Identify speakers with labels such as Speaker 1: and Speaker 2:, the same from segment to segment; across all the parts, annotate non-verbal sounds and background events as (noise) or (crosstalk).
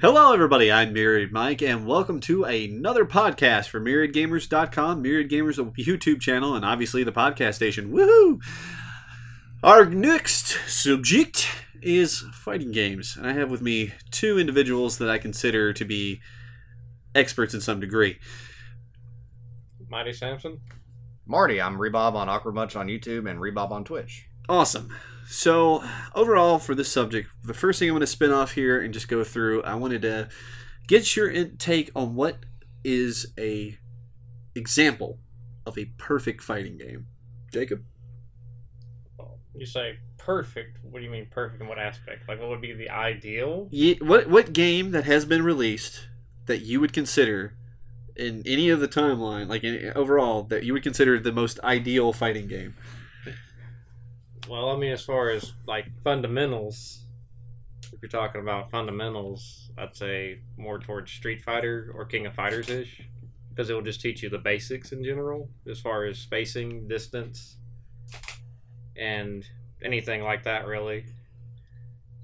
Speaker 1: Hello, everybody. I'm Married Mike, and welcome to another podcast for MarriedGamers.com, Myriad Gamers YouTube channel, and obviously the podcast station. Woohoo! Our next subject is fighting games, and I have with me two individuals that I consider to be experts in some degree.
Speaker 2: Mighty Samson.
Speaker 3: Marty, I'm Rebob on Awkward Much on YouTube and Rebob on Twitch.
Speaker 1: Awesome. So, overall, for this subject, the first thing I'm going to spin off here and just go through, I wanted to get your intake on what is a example of a perfect fighting game. Jacob?
Speaker 2: You say perfect. What do you mean perfect in what aspect? Like, what would be the ideal?
Speaker 1: Ye- what, what game that has been released that you would consider in any of the timeline, like in, overall, that you would consider the most ideal fighting game?
Speaker 2: Well, I mean, as far as like fundamentals, if you're talking about fundamentals, I'd say more towards Street Fighter or King of Fighters ish, because it will just teach you the basics in general, as far as spacing, distance, and anything like that, really.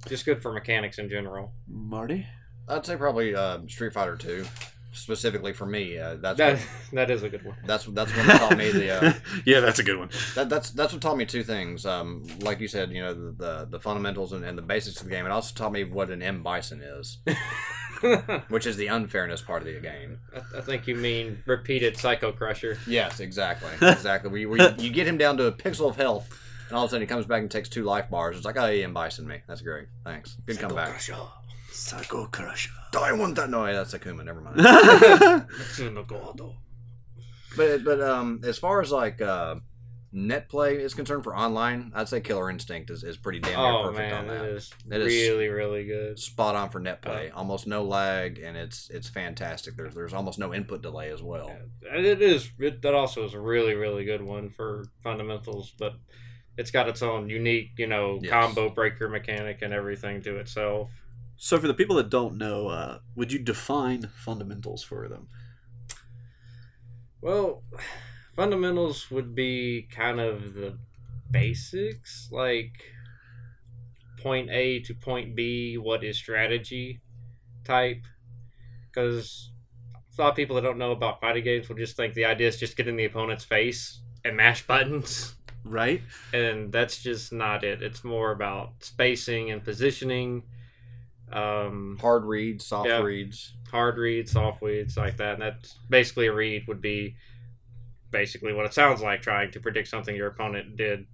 Speaker 2: Just good for mechanics in general.
Speaker 1: Marty?
Speaker 3: I'd say probably uh, Street Fighter 2, specifically for me. Uh, that's
Speaker 2: That
Speaker 3: what,
Speaker 2: that is a good one. (laughs)
Speaker 3: that's that's what taught me the
Speaker 1: (laughs)
Speaker 3: uh,
Speaker 1: yeah, that's a good one.
Speaker 3: that, that's that's what taught me two things. Um, like you said, you know the the, the fundamentals and, and the basics of the game. It also taught me what an M Bison is,
Speaker 2: I,
Speaker 3: which is the unfairness part of the game.
Speaker 2: I think you mean repeated Psycho Crusher.
Speaker 3: Yes, exactly, exactly. we, we you get him down to a pixel of health, and all of a sudden he comes back and takes two life bars. It's like, oh, he M Bison me. That's great. Thanks. Good
Speaker 1: "Oh,
Speaker 3: comeback.
Speaker 1: Psycho (laughs) Crusher.
Speaker 3: I want that. No, that's Akuma.
Speaker 1: (laughs)
Speaker 3: Never mind.
Speaker 2: Well,
Speaker 3: But but um, as far as like uh, net play is concerned for online, I'd say Killer Instinct is, is pretty damn near
Speaker 2: oh
Speaker 3: perfect
Speaker 2: man,
Speaker 3: on
Speaker 2: that
Speaker 3: that.
Speaker 2: is
Speaker 3: That is-
Speaker 2: really really good.
Speaker 3: Spot on for net play,
Speaker 2: Uh.
Speaker 3: almost no lag, and it's it's fantastic. There's there's almost no input delay as well.
Speaker 2: And It is it, that also is a really really good one for fundamentals, but it's got its own unique you know
Speaker 3: Yes.
Speaker 2: combo breaker mechanic and everything to itself.
Speaker 1: So, for the people that don't know, uh, would you define fundamentals for them?
Speaker 2: Well, (sighs) fundamentals would be kind of the basics, like point A to point B, what is strategy type. Because a lot of people that don't know about fighting games will just think the idea is just get in the opponent's face and mash (laughs) buttons.
Speaker 1: Right?
Speaker 2: And that's just not it. It's more about spacing and positioning. Um,
Speaker 3: Hard reads, soft
Speaker 2: Yeah.
Speaker 3: reads.
Speaker 2: hard reads, soft reads, like that. And that's basically a read would be basically what it sounds like trying to predict something your opponent did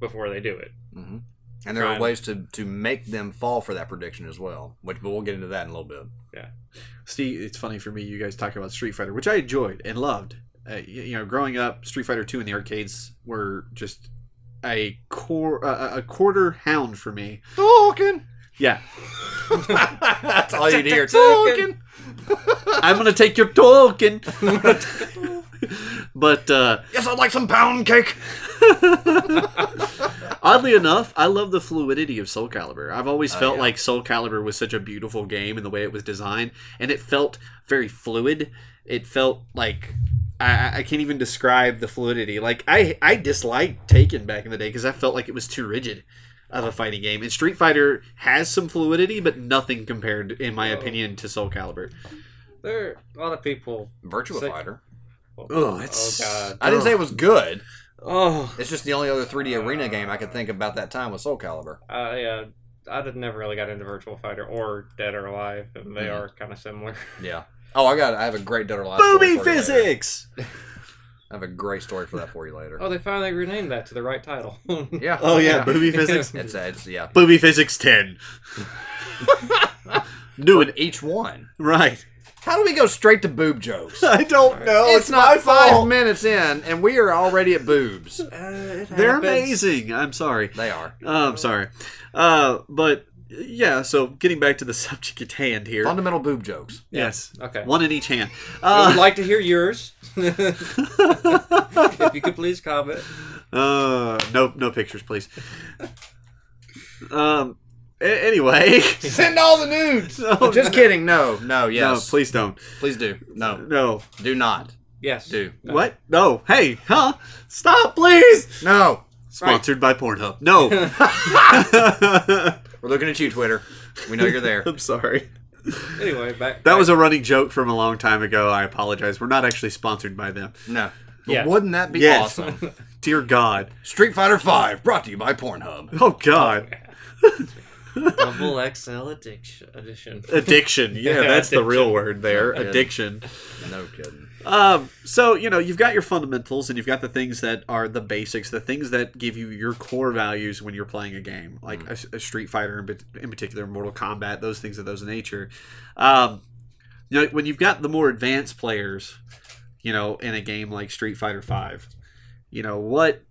Speaker 2: before they do it.
Speaker 3: hmm And there
Speaker 2: Trying
Speaker 3: are
Speaker 2: to-
Speaker 3: ways to, to make them fall for that prediction as well, which but we'll get into that in a little bit.
Speaker 1: See, it's funny for me. You guys talk about Street Fighter, which I enjoyed and loved. Uh, y- you know, growing up, Street Fighter Two in the arcades were just a core, uh, a quarter hound for me.
Speaker 2: (laughs)
Speaker 3: Talking.
Speaker 1: Yeah,
Speaker 3: (laughs) That's all you'd hear.
Speaker 2: Talking.
Speaker 1: I'm gonna take your token. but uh,
Speaker 3: Yes, I'd like some pound cake.
Speaker 1: oddly enough, I love the fluidity of Soul Calibur. I've always
Speaker 3: Oh,
Speaker 1: felt
Speaker 3: yeah.
Speaker 1: like Soul Calibur was such a beautiful game and the way it was designed, and it felt very fluid. It felt like I, I- I can't even describe the fluidity. Like I I disliked Taken back in the day because I felt like it was too rigid of a fighting game. And Street Fighter has some fluidity, but nothing compared, in my
Speaker 2: Oh.
Speaker 1: opinion, to Soul Calibur.
Speaker 2: There are a lot of people.
Speaker 3: Virtua
Speaker 2: Sick.
Speaker 3: Fighter.
Speaker 1: Oh, it's-
Speaker 2: oh god.
Speaker 3: I didn't say it was good.
Speaker 1: Oh,
Speaker 3: It's just the only other 3D arena game I could think about that time was Soul Calibur.
Speaker 2: I uh, I did never really got into Virtual Fighter or Dead or Alive, and they
Speaker 1: Hmm.
Speaker 3: Mhm.
Speaker 2: are kind of similar. (laughs)
Speaker 3: Yeah. Oh, I got. I have a great Dead or Alive. story
Speaker 1: booby
Speaker 3: for you later.
Speaker 1: physics.
Speaker 3: I have a great story for that for you later.
Speaker 2: Oh, they finally renamed that to the right title. (laughs)
Speaker 3: yeah.
Speaker 1: Oh yeah,
Speaker 3: (laughs)
Speaker 1: booby physics.
Speaker 3: It's uh, it's yeah.
Speaker 1: Booby physics ten. Do it
Speaker 3: Each one.
Speaker 1: right.
Speaker 3: How do we go straight to boob (laughs) jokes?
Speaker 1: I don't know.
Speaker 3: Oh, it's, not five minutes in, and we are already at boobs.
Speaker 1: They're amazing. I'm sorry.
Speaker 3: They are
Speaker 1: Uh, I'm sorry. Uh, but yeah. So getting back to the (laughs) subject at hand here.
Speaker 3: fundamental boob jokes.
Speaker 1: Yes.
Speaker 2: Okay.
Speaker 1: One in each hand.
Speaker 2: I would
Speaker 1: Uh,
Speaker 2: like to
Speaker 1: (laughs)
Speaker 2: hear yours. (laughs) if you could please comment.
Speaker 1: uh, no, no pictures, please. Um. a- anyway. (laughs)
Speaker 3: Send all the (laughs) nudes.
Speaker 1: No,
Speaker 3: Oh, just
Speaker 1: no.
Speaker 3: kidding. No, no, yes.
Speaker 1: No, please don't.
Speaker 3: please do. No,
Speaker 1: No.
Speaker 3: do not
Speaker 2: Yes. Uh,
Speaker 3: do.
Speaker 1: What? No. Hey. Huh? Stop, please.
Speaker 3: No,
Speaker 1: Sponsored by Pornhub. No. (laughs)
Speaker 3: we're looking at you, Twitter. We know you're there.
Speaker 1: I'm sorry.
Speaker 2: Anyway, back
Speaker 1: That was a running joke from a long time ago. I apologize. We're not actually sponsored by them.
Speaker 3: No. But
Speaker 2: Yeah.
Speaker 3: wouldn't that be
Speaker 1: Yes.
Speaker 3: (laughs) awesome?
Speaker 1: Dear God.
Speaker 3: Street Fighter Five brought to you by Pornhub.
Speaker 1: Oh God. (laughs)
Speaker 2: double XL addiction edition.
Speaker 1: Addiction. Yeah,
Speaker 2: Yeah,
Speaker 1: that's the real
Speaker 2: addiction.
Speaker 1: word there.
Speaker 3: Yeah.
Speaker 1: Addiction.
Speaker 3: No kidding.
Speaker 1: Um, so you know you've got your fundamentals and you've got the things that are the basics, the things that give you your core values when you're playing a game, like a, a Street Fighter in, pat- in particular, Mortal Kombat, those things of those nature. Um, you know when you've got the more advanced players, you know in a game like Street Fighter Five, you know what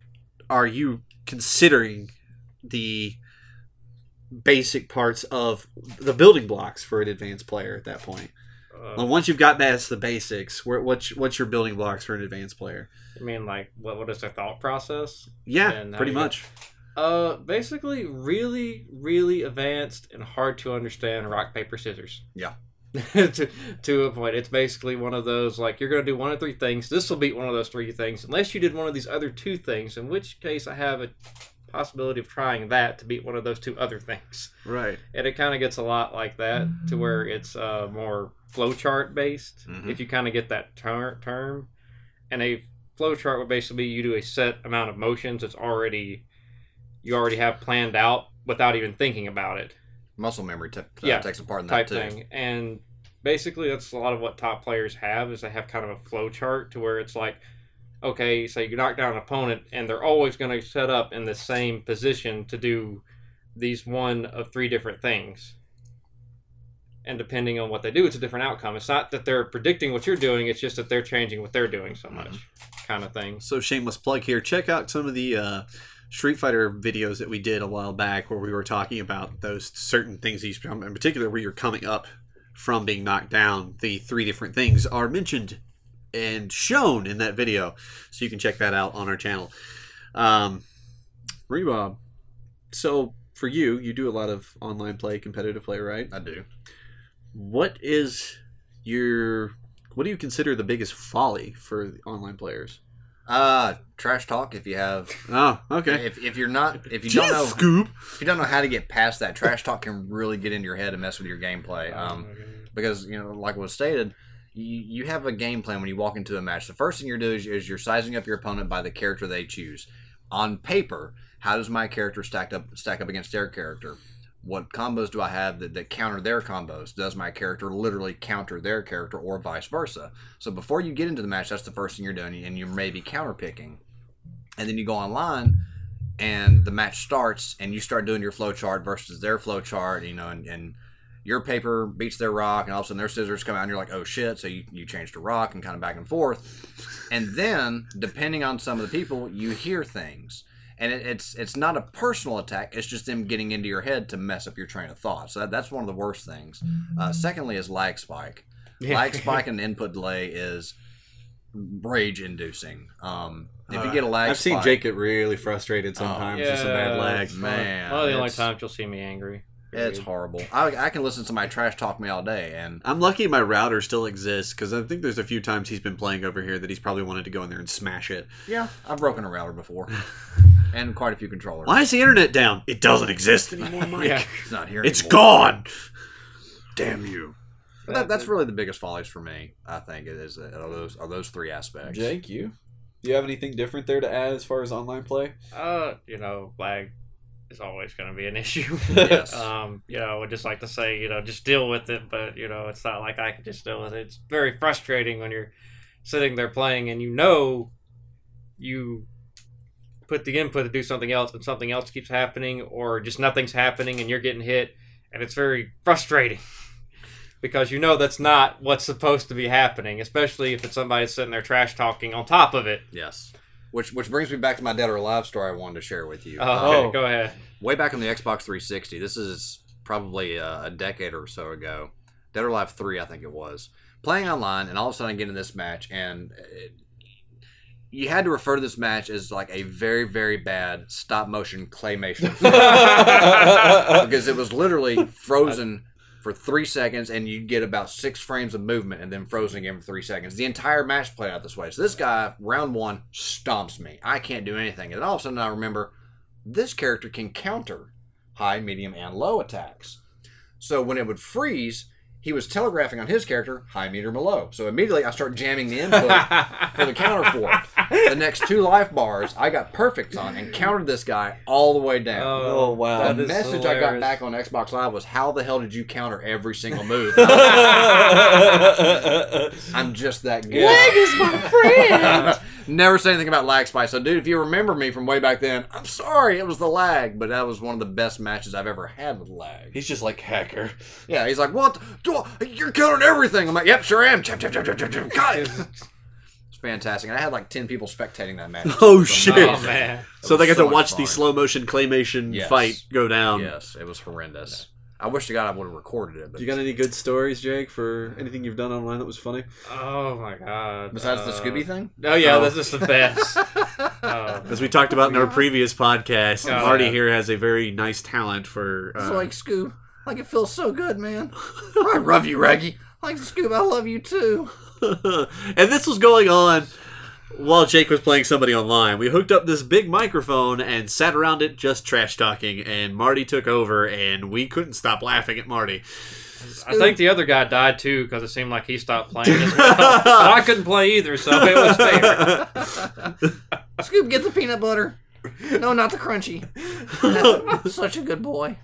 Speaker 1: are you considering the basic parts of the building blocks for an advanced player at that point? Well,
Speaker 2: Uh,
Speaker 1: once you've got that, it's the basics. Where, what's what's your building blocks for an advanced player?
Speaker 2: I mean, like, what what is their thought process?
Speaker 1: Yeah,
Speaker 2: And how
Speaker 1: pretty
Speaker 2: do you-
Speaker 1: much.
Speaker 2: Uh, basically, really, really advanced and hard to understand rock paper scissors.
Speaker 3: Yeah.
Speaker 2: (laughs) to, to a point, it's basically one of those like you're gonna do one of three things. This will be one of those three things, unless you did one of these other two things. In which case, I have a possibility of trying that to beat one of those two other things.
Speaker 1: Right.
Speaker 2: And it kind of gets a lot like that to where it's uh, more flowchart based.
Speaker 3: Mhm.
Speaker 2: If you kind of get that ter- term, and a flowchart would basically be you do a set amount of motions. It's already you already have planned out without even thinking about it,
Speaker 3: Muscle memory t- uh,
Speaker 2: Yeah,
Speaker 3: takes a part in
Speaker 2: type
Speaker 3: that too.
Speaker 2: thing. And basically, that's a lot of what top players have is they have kind of a flowchart to where it's like, okay, so you knock down an opponent, and they're always going to set up in the same position to do these one of three different things. And depending on what they do, it's a different outcome. It's not that they're predicting what you're doing; it's just that they're changing what they're doing so much,
Speaker 3: Mm-hmm.
Speaker 2: kind of thing.
Speaker 1: So shameless plug here. Check out some of the uh, Street Fighter videos that we did a while back, where we were talking about those certain things. These in particular, where you're coming up from being knocked down. The three different things are mentioned and shown in that video, so you can check that out on our channel. Um, Rebob. So for you, you do a lot of online play, competitive play, right?
Speaker 3: I do.
Speaker 1: what is your what do you consider the biggest folly for online players?
Speaker 3: Uh, trash talk. If you have,
Speaker 1: Oh, okay.
Speaker 3: if, if you're not, if you don't know,
Speaker 1: Scoop.
Speaker 3: if you don't know how to get past that, trash talk can really get into your head and mess with your gameplay. Um, because you know, like was stated, you, you have a game plan when you walk into a match. The first thing you do is, is you're sizing up your opponent by the character they choose. On paper, how does my character stack up stack up against their character? What combos do I have that, that counter their combos? Does my character literally counter their character, or vice versa? So before you get into the match, that's the first thing you're doing, and you may be counter picking. And then you go online, and the match starts, and you start doing your flow chart versus their flow chart, you know, and, and your paper beats their rock, and all of a sudden their scissors come out, and you're like, oh shit. So you, you change to rock and kind of back and forth. And then, depending on some of the people, you hear things. And it, it's it's not a personal attack, it's just them getting into your head to mess up your train of thought. So that, that's one of the worst things. Uh, secondly, is lag spike.
Speaker 1: (laughs)
Speaker 3: Lag spike and input delay is rage inducing. Um, if you get a lag
Speaker 1: Uh, I've
Speaker 3: spike.
Speaker 1: seen Jake get really frustrated
Speaker 3: Oh.
Speaker 1: sometimes. It's a bad
Speaker 2: Yeah.
Speaker 1: lag.
Speaker 3: Man,
Speaker 2: One of the only
Speaker 3: it's-
Speaker 2: times you'll see me angry.
Speaker 3: It's horrible. I, I can listen to my trash talk me all day, and
Speaker 1: I'm lucky my router still exists because I think there's a few times he's been playing over here that he's probably wanted to go in there and smash it. (laughs)
Speaker 3: yeah, I've broken a router before, and quite a few controllers.
Speaker 1: Why is the internet down? It doesn't exist (laughs) anymore, Mike.
Speaker 2: Yeah.
Speaker 3: It's not here.
Speaker 1: It's
Speaker 3: anymore.
Speaker 1: gone. Damn you.
Speaker 3: But that, that's really the biggest follies for me. I think it is uh, are those are those three aspects.
Speaker 1: you? Do you have anything different there to add as far as online (laughs) play?
Speaker 2: Uh, you know, lag is always going to be an (laughs) issue.
Speaker 3: Yes.
Speaker 2: um, you know, I would just like to say, you know, just deal with it. But you know, it's not like I can just deal with it. It's very frustrating when you're sitting there playing and you know you put the input to do something else and something else keeps happening or just nothing's happening and you're getting hit and it's very frustrating (laughs) because you know that's not what's supposed to be happening especially if it's somebody sitting there trash talking on top of it
Speaker 3: Yes. Which which brings me back to my dead or alive story I wanted to share with you. Uh,
Speaker 2: oh, okay,
Speaker 1: Oh.
Speaker 2: go ahead
Speaker 3: way back on the Xbox 360. This is probably uh, a decade or so ago. Dead or Alive 3, I think it was. Playing online, and all of a sudden I get in this match, and it, you had to refer to this match as like a very, very bad stop motion claymation (laughs) film, because it was literally frozen for three seconds, and you'd get about six frames of movement, and then frozen again for three seconds. The entire match played out this way. So this guy, round one, stomps me. I can't do anything. And all of a sudden I remember this character can counter high, medium, and low attacks. So when it would freeze, he was telegraphing on his character high meter below. So immediately I start jamming the input for the counter four. The next two life bars I got perfects on and countered this guy all the way down.
Speaker 2: Oh,
Speaker 4: Oh, wow.
Speaker 2: that
Speaker 3: the
Speaker 2: is
Speaker 3: message I got
Speaker 2: hilarious.
Speaker 3: back on Xbox Live was, "How the hell did you counter every single move?" I'm just that good.
Speaker 2: Lag
Speaker 4: is
Speaker 3: (laughs)
Speaker 4: my
Speaker 2: Oh,
Speaker 4: friend.
Speaker 3: Never say anything about lag spike. So, dude, if you remember me from way back then, I'm sorry it was the lag, but that was one of the best matches I've ever had with lag.
Speaker 4: (laughs) He's just like hacker.
Speaker 3: Yeah, he's like, "What? Do I- you're counting everything?" I'm like, "Yep, sure am." Chap, chap, chap, chap, chap, chap. Got it. It's fantastic. And I had like ten people spectating that match.
Speaker 1: Oh,
Speaker 3: It was
Speaker 1: shit.
Speaker 3: amazing.
Speaker 2: Oh man.
Speaker 3: It
Speaker 1: So
Speaker 3: was
Speaker 1: they got to
Speaker 3: much
Speaker 1: watch
Speaker 3: fun.
Speaker 1: the slow motion claymation
Speaker 3: Yes.
Speaker 1: fight go down.
Speaker 3: Yes, it was horrendous. I wish to God I would have recorded it. But
Speaker 4: You got any good stories, Jake, for anything you've done online that was funny?
Speaker 2: Oh my god.
Speaker 3: besides the
Speaker 2: Uh,
Speaker 3: Scooby thing?
Speaker 2: Oh yeah,
Speaker 1: Oh.
Speaker 2: this is the best. Um, Oh,
Speaker 1: As we talked about in our previous podcast,
Speaker 2: Oh,
Speaker 1: Marty
Speaker 2: yeah.
Speaker 1: here has a very nice talent for.
Speaker 3: It's
Speaker 1: Uh,
Speaker 3: like
Speaker 2: Uh-huh.
Speaker 3: Scoob. Like it feels so
Speaker 2: (laughs)
Speaker 3: good, man. I love you, Reggie. Like Scoob, I love you too.
Speaker 1: (laughs) and this was going on while Jake was playing somebody online. We hooked up this big microphone and sat around it just trash talking, and Marty took over, and we couldn't stop laughing at Marty. (laughs)
Speaker 2: I think the other guy died too because it seemed like he stopped playing as well. but I couldn't play either, so it
Speaker 1: (laughs)
Speaker 2: was fair.
Speaker 3: Scoob, get the peanut butter. No, not the crunchy.
Speaker 2: (laughs)
Speaker 3: That's such a good boy.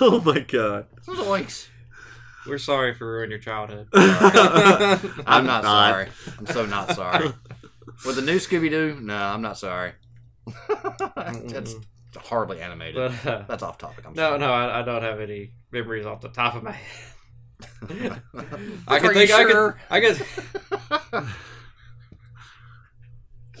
Speaker 1: oh my god.
Speaker 3: Zoinks.
Speaker 2: We're sorry for ruining your childhood.
Speaker 3: I'm not, sorry. I'm so not sorry. With the new Scooby Doo, no, I'm not sorry. (laughs) That's horribly animated.
Speaker 2: But, uh,
Speaker 3: That's off topic. I'm
Speaker 2: no,
Speaker 3: sorry.
Speaker 2: no, I, I don't have any memories off the top of my head. I
Speaker 3: Are
Speaker 2: can
Speaker 3: you
Speaker 2: think I
Speaker 3: sure?
Speaker 2: can I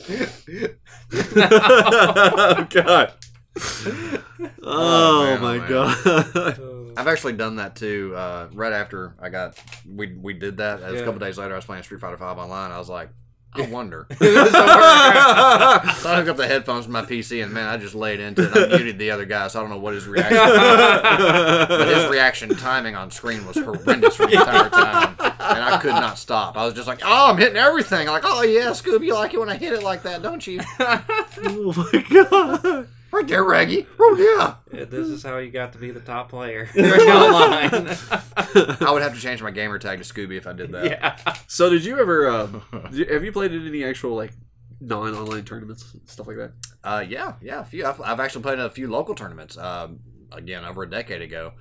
Speaker 2: can (laughs)
Speaker 1: oh god. Oh,
Speaker 3: Oh, man, oh,
Speaker 1: my
Speaker 3: man. (laughs)
Speaker 1: god.
Speaker 3: I've actually done that too. Uh, right after I got, we we did that. and A
Speaker 2: Yeah.
Speaker 3: couple days later, I was playing Street Fighter Five online. I was like,
Speaker 2: (laughs)
Speaker 3: I wonder. so I hooked up the headphones to my PC, and man, I just laid into it. I muted the other guy, so I don't know what his reaction. was. But his reaction timing on screen was horrendous for the entire time, and I could not stop. I was just like, "Oh, I'm hitting everything!" Like, "Oh yeah, Scooby, you like it when I hit it like that, don't you?"
Speaker 1: (laughs) oh my god.
Speaker 3: Right there, Reggie. Oh yeah.
Speaker 2: Yeah, this is how you got to be the top (laughs) player (laughs) online.
Speaker 3: I would have to change my gamer tag to Scooby if I did that.
Speaker 2: yeah.
Speaker 4: So, did you ever? Um, d- have you played in any actual like non-online tournaments and stuff like that?
Speaker 3: Uh, yeah, yeah, a few. I've, I've actually played in a few local tournaments. Um, again, over a decade ago,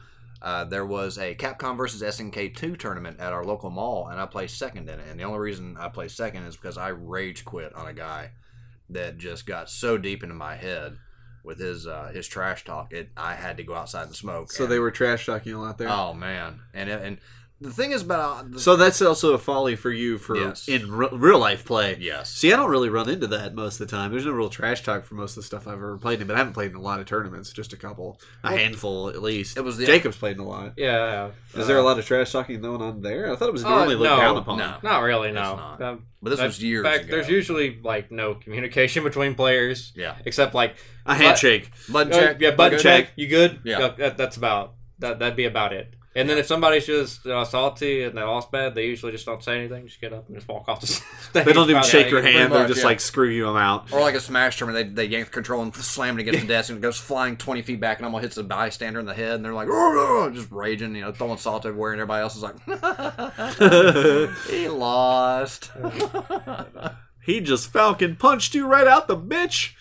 Speaker 3: uh, there was a Capcom versus SNK two tournament at our local mall, and I placed second in it. And the only reason I placed second is because I rage quit on a guy that just got so deep into my head with his uh, his trash talk. It I had to go outside and smoke.
Speaker 4: So
Speaker 3: and-
Speaker 4: they were trash talking a lot there.
Speaker 3: Oh man, and it- and the thing is about uh,
Speaker 4: So that's also a folly for you for
Speaker 3: Yes.
Speaker 1: In re- real life play.
Speaker 3: yes,
Speaker 1: See, I don't really run into that most of the time. There's no real trash talk for most of the stuff I've ever played in, but I haven't played in a lot of tournaments, just a couple, a
Speaker 3: Well,
Speaker 1: handful at least.
Speaker 3: it was the
Speaker 4: Jacob's played in a lot.
Speaker 2: Yeah.
Speaker 4: Is there a lot of trash talking going on there? I thought it was
Speaker 2: Uh,
Speaker 4: normally looked
Speaker 2: no,
Speaker 4: down upon.
Speaker 3: no,
Speaker 2: Uh, Not really, no.
Speaker 3: It's not.
Speaker 2: Um,
Speaker 3: but this
Speaker 2: In
Speaker 3: was years
Speaker 2: in fact,
Speaker 3: ago.
Speaker 2: there's usually like no communication (laughs) between players
Speaker 3: yeah,
Speaker 2: except like
Speaker 1: A handshake.
Speaker 3: button
Speaker 2: oh,
Speaker 3: check.
Speaker 2: yeah, button
Speaker 3: Good.
Speaker 2: check. You good?
Speaker 3: Yeah.
Speaker 2: that, that's about that. That'd be about it. And then if somebody's just you know, salty and they lost bad, they usually just don't say anything. Just get up and just walk off the (laughs) stage.
Speaker 1: They don't even shake your
Speaker 2: Probably.
Speaker 1: hand. They're
Speaker 3: much,
Speaker 1: just
Speaker 3: yeah.
Speaker 1: like, screw you, I'm out.
Speaker 3: Or like a smash tournament, they, they yank the control and slam it against the desk, and it goes flying twenty feet back, and almost hits a bystander in the head, and they're like, (laughs) "Oh, oh," just raging, you know, throwing salt everywhere, and everybody else is like, (laughs) "He lost."
Speaker 1: He just Falcon punched you right out the bitch.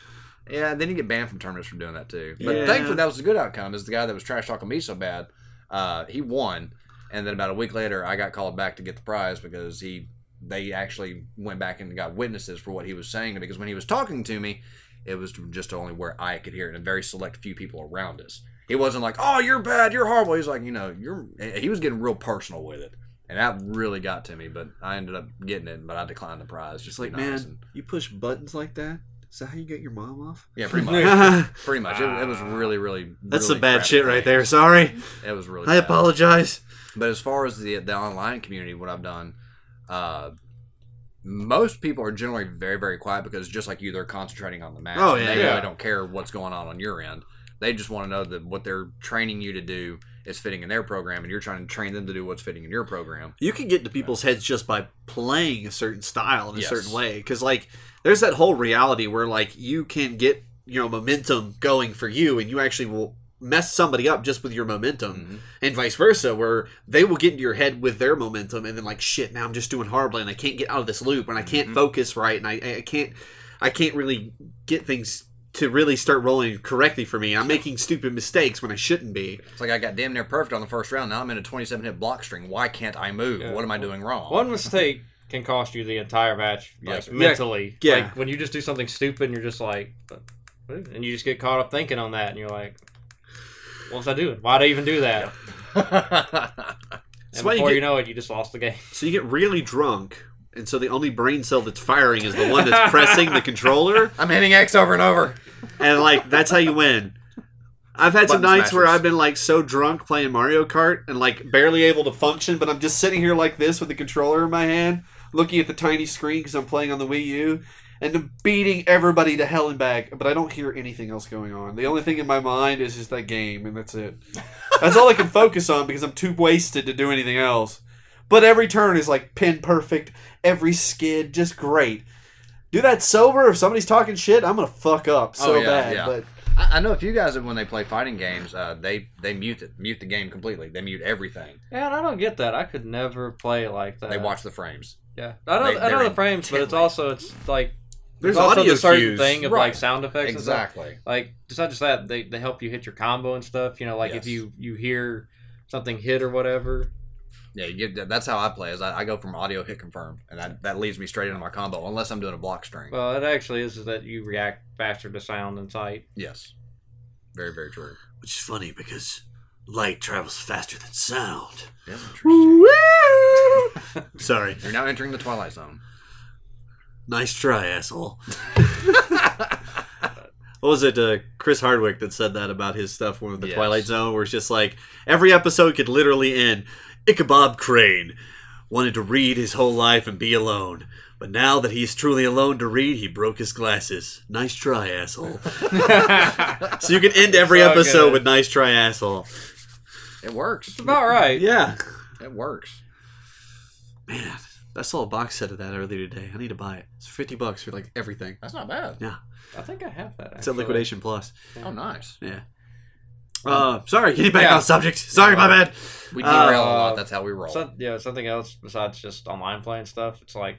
Speaker 3: yeah, and then you get banned from tournaments for doing that too. But
Speaker 1: Yeah.
Speaker 3: thankfully, that was a good outcome. Is the guy that was trash talking me so bad, uh, he won, and then about a week later, I got called back to get the prize because he they actually went back and got witnesses for what he was saying because when he was talking to me, it was just only where I could hear it and a very select few people around us. He wasn't like, "Oh, you're bad, you're horrible." He's like, you know, you're. He was getting real personal with it, and that really got to me. But I ended up getting it, but I declined the prize. Just
Speaker 4: It's like,
Speaker 3: to be nice
Speaker 4: man,
Speaker 3: and-
Speaker 4: you push buttons like that. Is that how you get your mom
Speaker 1: (laughs)
Speaker 4: off?
Speaker 3: yeah, pretty much,
Speaker 1: That's
Speaker 3: pretty much. It, it was really, really.
Speaker 1: Ah. some
Speaker 3: really
Speaker 1: bad
Speaker 3: crappy
Speaker 1: shit right
Speaker 3: thing.
Speaker 1: there. Sorry.
Speaker 3: It was really.
Speaker 1: I
Speaker 3: bad.
Speaker 1: apologize.
Speaker 3: But as far as the the online community, what I've done, uh, most people are generally very very quiet because just like you, they're concentrating on the match.
Speaker 1: Oh,
Speaker 3: and
Speaker 1: yeah.
Speaker 3: they
Speaker 2: Yeah.
Speaker 3: really don't care what's going on on your end. They just want to know that what they're training you to do is fitting in their program, and you're trying to train them to do what's fitting in your program.
Speaker 1: You can get into people's heads just by playing a certain style in a
Speaker 3: Yes.
Speaker 1: certain way. Because, like, there's that whole reality where, like, you can get, you know, momentum going for you and you actually will mess somebody up just with your momentum
Speaker 3: Mhm.
Speaker 1: and vice versa, where they will get into your head with their momentum, and then like shit, now I'm just doing horribly, and I can't get out of this loop, and I can't
Speaker 3: Mhm.
Speaker 1: focus right, and I, I can't, I can't really get things to really start rolling correctly for me. I'm making stupid mistakes when I shouldn't be.
Speaker 3: It's like I got damn near perfect on the first round. Now I'm in a 27 hit block string. Why can't I move?
Speaker 2: Yeah.
Speaker 3: What am I doing wrong?
Speaker 2: (laughs) One mistake can cost you the entire match, like
Speaker 3: Yes, sir.
Speaker 2: mentally.
Speaker 1: Yeah.
Speaker 2: Like when you just do something stupid, and you're just like, "What?" and you just get caught up thinking on that, and you're like, "What was I doing? Why'd I even do that?"
Speaker 1: That's
Speaker 2: And
Speaker 1: why you
Speaker 2: before you,
Speaker 1: get-
Speaker 2: know it, you just lost the game.
Speaker 1: So you get really drunk, and so the only brain cell that's firing is the one that's pressing the controller,
Speaker 3: (laughs) I'm hitting X over and over.
Speaker 1: and like that's how you win. I've had some
Speaker 3: Button
Speaker 1: nights where
Speaker 3: smashers.
Speaker 1: I've been like so drunk playing Mario Kart and like barely able to function, but I'm just sitting here like this with the controller in my hand, looking at the tiny screen because I'm playing on the Wii U, and I'm beating everybody to hell and back. But I don't hear anything else going on. The only thing in my mind is just that game, and that's it. That's all I can focus on because I'm too wasted to do anything else. But every turn is like pin perfect, every skid just great. Do that sober. If somebody's talking shit, I'm gonna fuck up so
Speaker 3: Oh, yeah,
Speaker 1: bad.
Speaker 3: yeah.
Speaker 1: But
Speaker 3: I, I know a few guys that when they play fighting games, uh, they they mute it, mute the game completely. They mute everything.
Speaker 2: Yeah, and I don't get that. I could never play like that.
Speaker 3: They watch the frames.
Speaker 2: Yeah, I know.
Speaker 3: They-
Speaker 2: I know
Speaker 3: they're
Speaker 2: the frames, but it's
Speaker 3: intently-
Speaker 2: also it's like
Speaker 1: There's
Speaker 2: also
Speaker 1: audio
Speaker 2: the certain
Speaker 1: cues.
Speaker 2: thing of like
Speaker 3: Right.
Speaker 2: sound effects. and stuff.
Speaker 3: Exactly.
Speaker 2: like it's not just that they, they help you hit your combo and stuff you know like if
Speaker 3: Yes.
Speaker 2: you you hear something hit or whatever
Speaker 3: Yeah, you get, that's how I play. Is I, I go from audio hit confirm, and that, that leads me straight into my combo, unless I'm doing a block string.
Speaker 2: well it actually is, is that you react faster to sound and
Speaker 3: (laughs)
Speaker 2: sight
Speaker 3: yes, very very true.
Speaker 1: Which is funny because light travels faster than sound.
Speaker 3: Yeah.
Speaker 1: (laughs) Sorry.
Speaker 3: You're now entering the twilight zone.
Speaker 1: Nice try, asshole. (laughs) what was it, uh, Chris Hardwick that said that about his stuff with the
Speaker 3: Yes.
Speaker 1: Twilight Zone, where it's just like every episode could literally end. Ichabod Crane wanted to read his whole life and be alone. But now that he's truly alone to read, he broke his glasses. Nice try, asshole.
Speaker 2: it's
Speaker 1: So you can end every
Speaker 2: So good.
Speaker 1: episode with nice try, asshole.
Speaker 3: It works.
Speaker 2: about right
Speaker 1: Yeah.
Speaker 3: It works.
Speaker 1: Man, I saw a box set of that earlier today. I need to buy it. It's fifty bucks for like everything.
Speaker 3: That's not bad.
Speaker 2: i think i have
Speaker 1: It's
Speaker 2: that
Speaker 1: at
Speaker 2: actually. Um,
Speaker 1: Liquidation Plus.
Speaker 3: Oh, nice.
Speaker 1: Uh, sorry, getting back
Speaker 2: Yeah.
Speaker 1: on subject. Sorry, my bad.
Speaker 3: We
Speaker 1: Uh,
Speaker 3: derail a lot. That's how we roll.
Speaker 2: Some, yeah something else besides just online playing stuff it's like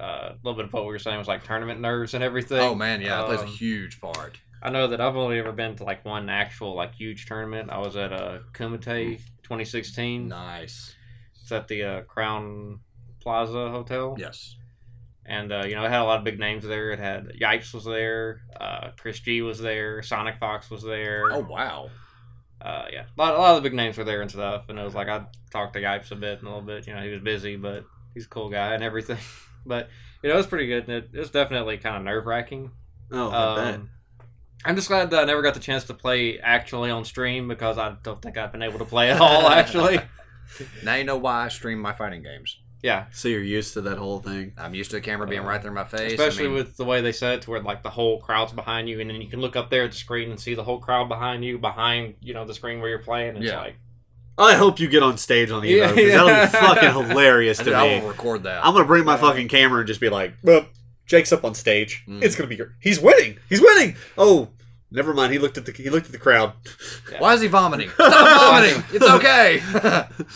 Speaker 2: uh, a little bit of what we were saying was like tournament nerves and everything
Speaker 3: oh man, yeah, it plays a
Speaker 2: Um,
Speaker 3: huge part.
Speaker 2: i know that i've only ever been to like one actual like huge tournament i was at uh kumite 2016
Speaker 3: Nice.
Speaker 2: it's at the uh, crown plaza hotel
Speaker 3: Yes.
Speaker 2: And uh, you know, it had a lot of big names there. It had Yipes was there, uh, Chris G was there, Sonic Fox was there.
Speaker 3: Oh wow.
Speaker 2: uh, yeah, a lot, a lot of the big names were there and stuff. And it was like I talked to Yipes a bit and a little bit. You know, he was busy, but he's a cool guy and everything. (laughs) but you know, it was pretty good. And it, it was definitely kind of nerve wracking.
Speaker 1: Oh, I bet.
Speaker 2: Um, I'm just glad that I never got the chance to play actually on stream because I don't think I've been able to play
Speaker 1: (laughs)
Speaker 2: at all. Actually,
Speaker 3: Now you know why I stream my fighting games.
Speaker 2: yeah,
Speaker 1: So you're used to that whole thing.
Speaker 3: I'm used to the camera being
Speaker 2: Uh,
Speaker 3: right there in my face.
Speaker 2: especially
Speaker 3: I mean,
Speaker 2: with the way they set it to where like the whole crowd's behind you and then you can look up there at the screen and see the whole crowd behind you behind you know the screen where you're playing it's
Speaker 3: Yeah. (laughs)
Speaker 2: like
Speaker 1: I hope you get on stage on the
Speaker 2: Yeah,
Speaker 1: Evo. 'cause That'll
Speaker 2: yeah. Uh,
Speaker 1: be fucking
Speaker 2: (laughs)
Speaker 1: hilarious
Speaker 3: I,
Speaker 1: to
Speaker 3: dude, I
Speaker 1: me.
Speaker 3: will record that.
Speaker 1: I'm gonna bring my
Speaker 2: Yeah.
Speaker 1: fucking camera and just be like, well, Jake's up on stage.
Speaker 3: Mm.
Speaker 1: It's gonna be. gr- He's winning. He's winning. Oh, never mind. He looked at the. He looked at the crowd.
Speaker 3: why is he
Speaker 1: (laughs)
Speaker 3: vomiting? Stop vomiting. It's okay. (laughs)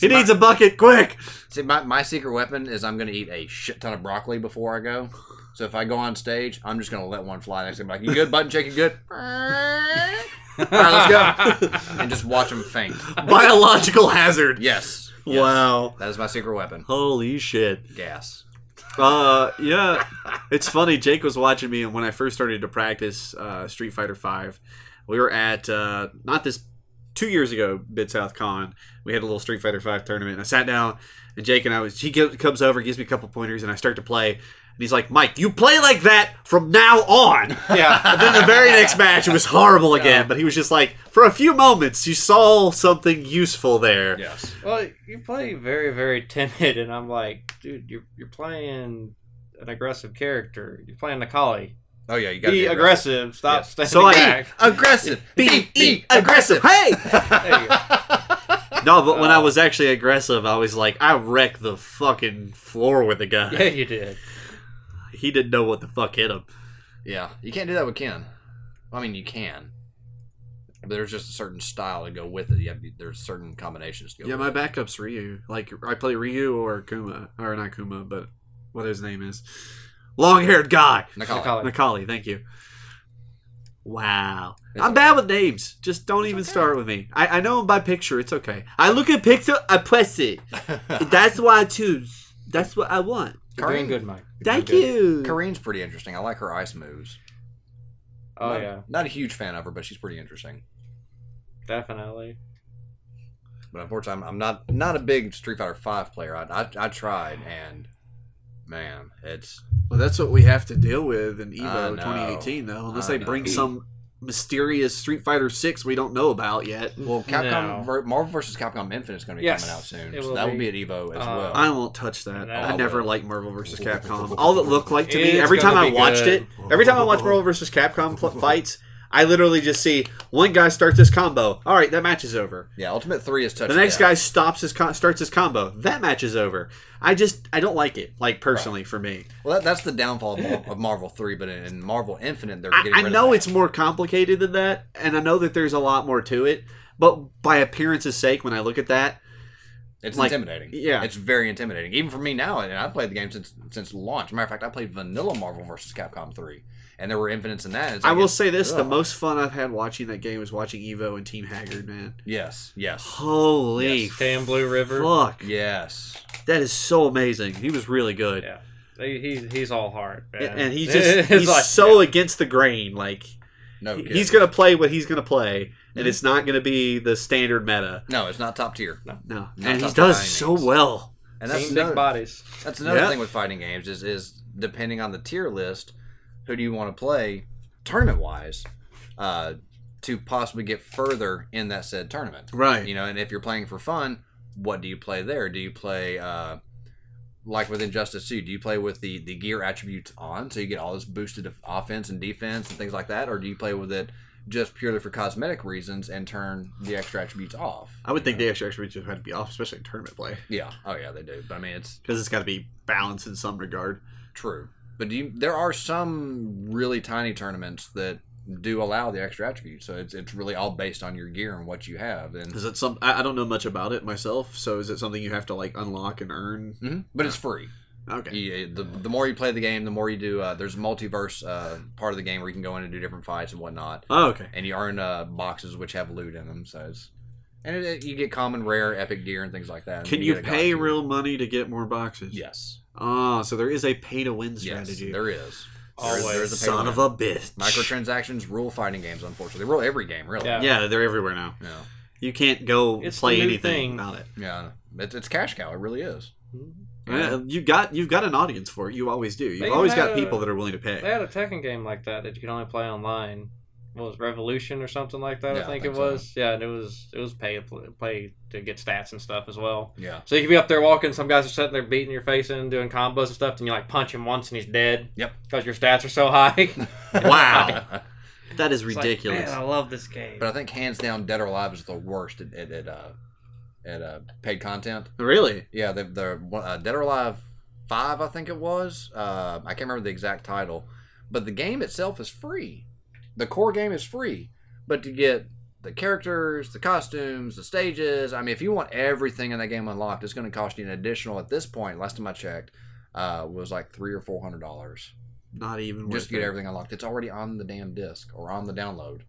Speaker 1: He needs a bucket (laughs) quick.
Speaker 3: See, my, my secret weapon is I'm gonna eat a shit ton of broccoli before I go. So if I go on stage, I'm just gonna let one fly. Next, thing I'm like, "You good, button check? You good?" All right, let's go. and just watch him faint.
Speaker 1: Biological hazard.
Speaker 3: Yes,
Speaker 1: Wow.
Speaker 3: that is my secret weapon.
Speaker 1: Holy shit.
Speaker 3: Gas.
Speaker 1: Uh, yeah, it's funny. Jake was watching me, and when I first started to practice uh, Street Fighter Five, we were at uh, not this two years ago Mid South Con. We had a little Street Fighter Five tournament, and I sat down, and Jake and I was. He go- comes over, gives me a couple pointers, and I start to play. And he's like, "Mike, you play like that from now on."
Speaker 2: (laughs) yeah
Speaker 1: But
Speaker 3: (laughs)
Speaker 1: then the very next match, it was horrible again.
Speaker 2: Yeah.
Speaker 1: But he was just like, for a few moments, you saw something useful there.
Speaker 3: Yes.
Speaker 2: well you play very very timid and i'm like dude you're, you're playing an aggressive character you're playing the collie
Speaker 3: Oh yeah, you
Speaker 2: be,
Speaker 3: gotta be aggressive.
Speaker 2: aggressive, stop standing
Speaker 1: So I-
Speaker 2: back
Speaker 3: Aggressive.
Speaker 1: Be be aggressive. Hey.
Speaker 2: There
Speaker 3: (laughs)
Speaker 2: you go.
Speaker 1: No, but when I
Speaker 2: Uh,
Speaker 1: was actually aggressive, I was like, I wrecked the fucking floor with the guy.
Speaker 2: yeah you did
Speaker 1: He didn't know what the fuck hit him.
Speaker 3: Yeah, you can't do that with Ken. I mean, you can. But there's just a certain style to go with it. You have to- there's certain combinations to go.
Speaker 1: Yeah,
Speaker 3: with
Speaker 1: my
Speaker 3: it.
Speaker 1: backup's Ryu. Like I play Ryu or Kuma, or not Kuma, but what his name is, long-haired guy,
Speaker 3: Nakala.
Speaker 2: Nakala.
Speaker 1: Nakali. Thank you. Wow,
Speaker 3: It's
Speaker 1: I'm
Speaker 3: okay.
Speaker 1: bad with names. Just don't even start with me. I, I know them by picture. It's okay. I look at picture. I press it.
Speaker 3: (laughs)
Speaker 1: That's what I choose. That's what I want.
Speaker 2: You're doing
Speaker 3: Kareen-
Speaker 2: good, Mike. You're
Speaker 1: Thank
Speaker 2: doing good.
Speaker 1: you.
Speaker 3: Kareen's pretty interesting. I like her ice moves.
Speaker 2: Oh
Speaker 3: Not-
Speaker 2: yeah,
Speaker 3: Not a huge fan of her, but she's pretty interesting.
Speaker 2: definitely.
Speaker 3: But unfortunately, I'm, I'm not not a big Street Fighter Five player. I, I I tried, and man, it's
Speaker 1: Well, that's what we have to deal with in
Speaker 3: I
Speaker 1: Evo
Speaker 3: know.
Speaker 1: 2018, though, unless
Speaker 3: I
Speaker 1: they
Speaker 3: know.
Speaker 1: bring some mysterious Street Fighter 6 we don't know about yet.
Speaker 3: well, Capcom
Speaker 2: No.
Speaker 3: ver- Marvel vs. Capcom Infinite is going to be
Speaker 2: Yes,
Speaker 3: coming out soon.
Speaker 2: it
Speaker 3: so
Speaker 2: will
Speaker 3: that will
Speaker 2: be.
Speaker 3: be at Evo as
Speaker 2: Uh,
Speaker 3: well.
Speaker 1: I won't touch that.
Speaker 2: No.
Speaker 1: I never liked Marvel vs. Capcom. All that looked like to me,
Speaker 2: It's
Speaker 1: every time
Speaker 2: gonna
Speaker 1: I
Speaker 2: be
Speaker 1: watched
Speaker 2: good.
Speaker 1: it, every time I watch Marvel vs. Capcom pl- fights, I literally just see one guy starts his combo. All right, that match is over.
Speaker 3: yeah, Ultimate Three is touch.
Speaker 1: The next
Speaker 3: death.
Speaker 1: guy stops his co- starts his combo. That match is over. I just I don't like it. Like personally for me,
Speaker 3: Well, that, that's the downfall of, Mar- of Marvel Three, but in, in Marvel Infinite, they're
Speaker 1: I,
Speaker 3: getting.
Speaker 1: I
Speaker 3: rid of
Speaker 1: know
Speaker 3: that.
Speaker 1: it's more complicated than that, and I know that there's a lot more to it. But by appearance's sake, when I look at that,
Speaker 3: it's
Speaker 1: like-
Speaker 3: intimidating.
Speaker 1: yeah.
Speaker 3: it's very intimidating, even for me now. And I played the game since since launch. Matter of fact, I played Vanilla Marvel vs. Capcom Three, and there were infinites in that. and it's
Speaker 1: I
Speaker 3: like
Speaker 1: will
Speaker 3: it's-
Speaker 1: say this: the
Speaker 3: ugh.
Speaker 1: most fun I've had watching that game was watching Evo and Team Haggard. Man,
Speaker 3: Yes, yes,
Speaker 1: holy
Speaker 3: Yes.
Speaker 2: Damn Blue River.
Speaker 1: fuck,
Speaker 3: yes.
Speaker 1: that is so amazing. He was really good,
Speaker 2: Yeah, he, he's he's all heart, man.
Speaker 1: and,
Speaker 2: (laughs)
Speaker 1: and he's just
Speaker 2: It's
Speaker 1: he's
Speaker 2: like-
Speaker 1: so against the grain. Like
Speaker 3: No,
Speaker 1: he-
Speaker 3: kidding.
Speaker 1: he's gonna play what he's gonna play, and
Speaker 3: Mhm.
Speaker 1: it's not gonna be the standard meta.
Speaker 3: no, it's not top tier.
Speaker 1: No,
Speaker 3: Not
Speaker 1: and he
Speaker 3: top
Speaker 1: does
Speaker 3: timings.
Speaker 1: so well.
Speaker 3: And that's
Speaker 2: Team big
Speaker 3: another,
Speaker 2: bodies.
Speaker 3: that's another
Speaker 1: Yeah.
Speaker 3: thing with fighting games is is depending on the tier list, who do you want to play, tournament wise, uh, to possibly get further in that said tournament.
Speaker 1: Right.
Speaker 3: You know, and if you're playing for fun, what do you play there? Do you play uh, like with Injustice 2? Do you play with the the gear attributes on, so you get all this boosted of offense and defense and things like that, or do you play with it just purely for cosmetic reasons and turn the extra attributes off?
Speaker 1: I would
Speaker 3: you
Speaker 1: think
Speaker 3: know?
Speaker 1: the extra attributes would have to be off, especially in tournament play,
Speaker 3: Yeah. Oh yeah, they do. But I mean, it's
Speaker 1: because it's got to be balanced in some regard.
Speaker 3: true. But do you, there are some really tiny tournaments that do allow the extra attributes, so it's it's really all based on your gear and what you have and.
Speaker 1: Is it some? I, I don't know much about it myself, so is it something you have to like unlock and earn?
Speaker 3: Mhm, But it's free.
Speaker 1: Okay.
Speaker 3: Yeah, uh, the, the more you play the game, the more you do. Uh, there's a multiverse uh, part of the game where you can go in and do different fights and whatnot,
Speaker 1: Oh, okay.
Speaker 3: and you earn uh, boxes which have loot in them. So it's and it, it- you get common, rare, epic gear and things like that. and
Speaker 1: Can you
Speaker 3: get a
Speaker 1: pay
Speaker 3: Gaki.
Speaker 1: real money to get more boxes?
Speaker 3: Yes,
Speaker 1: Oh, so there is a pay to win
Speaker 3: yes,
Speaker 1: strategy.
Speaker 3: there is.
Speaker 2: Always.
Speaker 3: There is a pay
Speaker 1: Son
Speaker 3: to
Speaker 1: of
Speaker 3: win.
Speaker 1: a bitch.
Speaker 3: microtransactions rule fighting games. Unfortunately, they rule every game really.
Speaker 2: Yeah.
Speaker 1: Yeah, they're everywhere now.
Speaker 3: yeah,
Speaker 1: You can't go
Speaker 2: It's
Speaker 1: play
Speaker 2: the new
Speaker 1: anything
Speaker 2: thing.
Speaker 1: about it.
Speaker 3: yeah. It's, it's cash cow. It really is.
Speaker 1: Yeah, Uh, You got you've got an audience for it. You always do. You've
Speaker 2: They
Speaker 1: always
Speaker 2: had
Speaker 1: got
Speaker 2: a-
Speaker 1: people that are willing to
Speaker 2: They
Speaker 1: pay.
Speaker 2: had a Tekken game like that that you could only play online. What was it, Revolution or something like that?
Speaker 3: Yeah,
Speaker 2: I think, it
Speaker 3: so.
Speaker 2: was. Yeah, and it was it was pay to play, play to get stats and stuff as well.
Speaker 3: Yeah,
Speaker 2: So you could be up there walking, some guys are sitting there beating your face in, doing combos and stuff, and you like punch him once and he's dead.
Speaker 3: Yep.
Speaker 2: Because your stats are so (laughs) high.
Speaker 1: (laughs)
Speaker 3: (laughs)
Speaker 1: Wow.
Speaker 3: but
Speaker 1: That is
Speaker 2: It's like,
Speaker 1: ridiculous.
Speaker 2: man, I love this game.
Speaker 3: I think hands down, Dead or Alive is the worst at at, at uh at uh paid content.
Speaker 1: really?
Speaker 3: Yeah, the, the one- uh, Dead or Alive Five, I think it was. Uh, I can't remember the exact title, but the game itself is free. The core game is free, but to get the characters, the costumes, the stages—I mean, if you want everything in that game unlocked, it's going to cost you an additional. At this point, last time I checked, uh, was like three or four hundred dollars
Speaker 1: Not even
Speaker 3: just
Speaker 1: worth
Speaker 3: to get
Speaker 1: it.
Speaker 3: everything unlocked. It's already on the damn disc or on the download.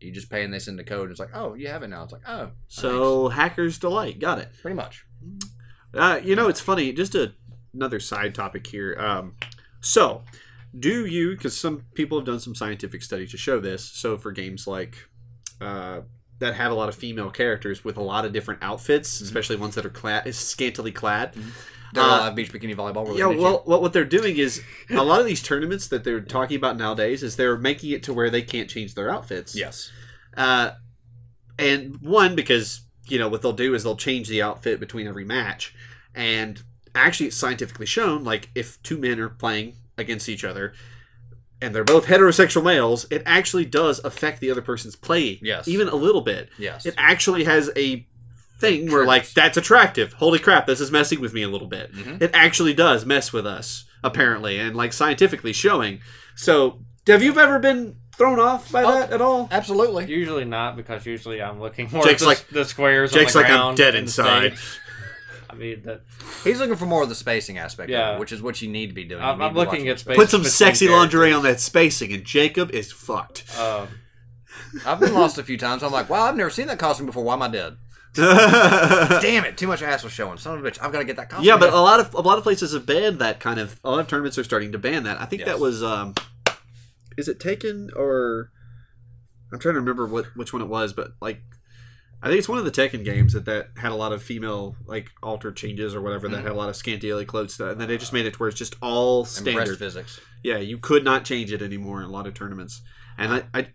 Speaker 3: You just pay and they send the code. And it's like, oh, you have it now. It's like, oh,
Speaker 1: So hackers delight. Got it.
Speaker 3: pretty much.
Speaker 1: Uh, you know, it's funny. Just a, another side topic here. Um, so, do you? Because some people have done some scientific study to show this. So, for games like uh, that have a lot of female characters with a lot of different outfits,
Speaker 3: Mhm.
Speaker 1: especially ones that are clad, scantily clad.
Speaker 3: They're
Speaker 1: Uh,
Speaker 3: live beach bikini volleyball. we're
Speaker 1: Yeah.
Speaker 3: looking at you.
Speaker 1: Well, what what they're doing is a lot of these tournaments that they're talking about nowadays is they're making it to where they can't change their outfits.
Speaker 3: yes.
Speaker 1: Uh, and one because you know what they'll do is they'll change the outfit between every match, and actually it's scientifically shown like if two men are playing against each other, and they're both heterosexual males, it actually does affect the other person's play.
Speaker 3: Yes.
Speaker 1: even a little bit.
Speaker 3: Yes.
Speaker 1: It actually has a thing where like
Speaker 3: Triggers.
Speaker 1: that's attractive. Holy crap, this is messing with me a little bit.
Speaker 2: Mm-hmm.
Speaker 3: Mhm.
Speaker 1: It actually does mess with us apparently, and like scientifically showing. So have you ever been thrown off by
Speaker 3: Oh.
Speaker 1: that at all?
Speaker 3: Absolutely.
Speaker 2: (laughs) Usually not, because usually I'm looking more
Speaker 1: Jake's
Speaker 2: at the,
Speaker 1: like-
Speaker 2: the squares.
Speaker 1: Jake's
Speaker 2: on
Speaker 1: like,
Speaker 2: the
Speaker 1: I'm
Speaker 2: ground
Speaker 1: dead
Speaker 2: and the
Speaker 1: inside.
Speaker 2: stage. (laughs) I mean, that,
Speaker 3: He's looking for more of the spacing aspect, of
Speaker 2: Yeah.
Speaker 3: it, which is what you need to be doing. You
Speaker 2: I'm,
Speaker 3: need
Speaker 2: I'm
Speaker 3: to
Speaker 2: looking
Speaker 3: watch
Speaker 2: at
Speaker 3: it.
Speaker 2: space.
Speaker 1: Put some
Speaker 2: between
Speaker 1: sexy
Speaker 2: characters.
Speaker 1: lingerie on that spacing, and Jacob is fucked. (laughs)
Speaker 2: Um,
Speaker 3: I've been lost a few times. I'm like, wow, I've never seen that costume before. Why am I dead?
Speaker 1: yeah,
Speaker 3: Damn it! Too much ass was showing. Son of a bitch! I've got to get that costume.
Speaker 1: but a lot of a lot of places have banned that kind of. A lot of tournaments are starting to ban that. I think
Speaker 3: Yes.
Speaker 1: that was. Um, is it Taken or? I'm trying to remember what which one it was, but like, I think it's one of the Tekken games that that had a lot of female like altered changes or whatever
Speaker 2: Mm-hmm.
Speaker 1: that had a lot of scanty clothes stuff, and then they just made it to where it's just all
Speaker 3: And breast
Speaker 1: standard.
Speaker 3: physics.
Speaker 1: Yeah, you could not change it anymore in a lot of tournaments, and I, I,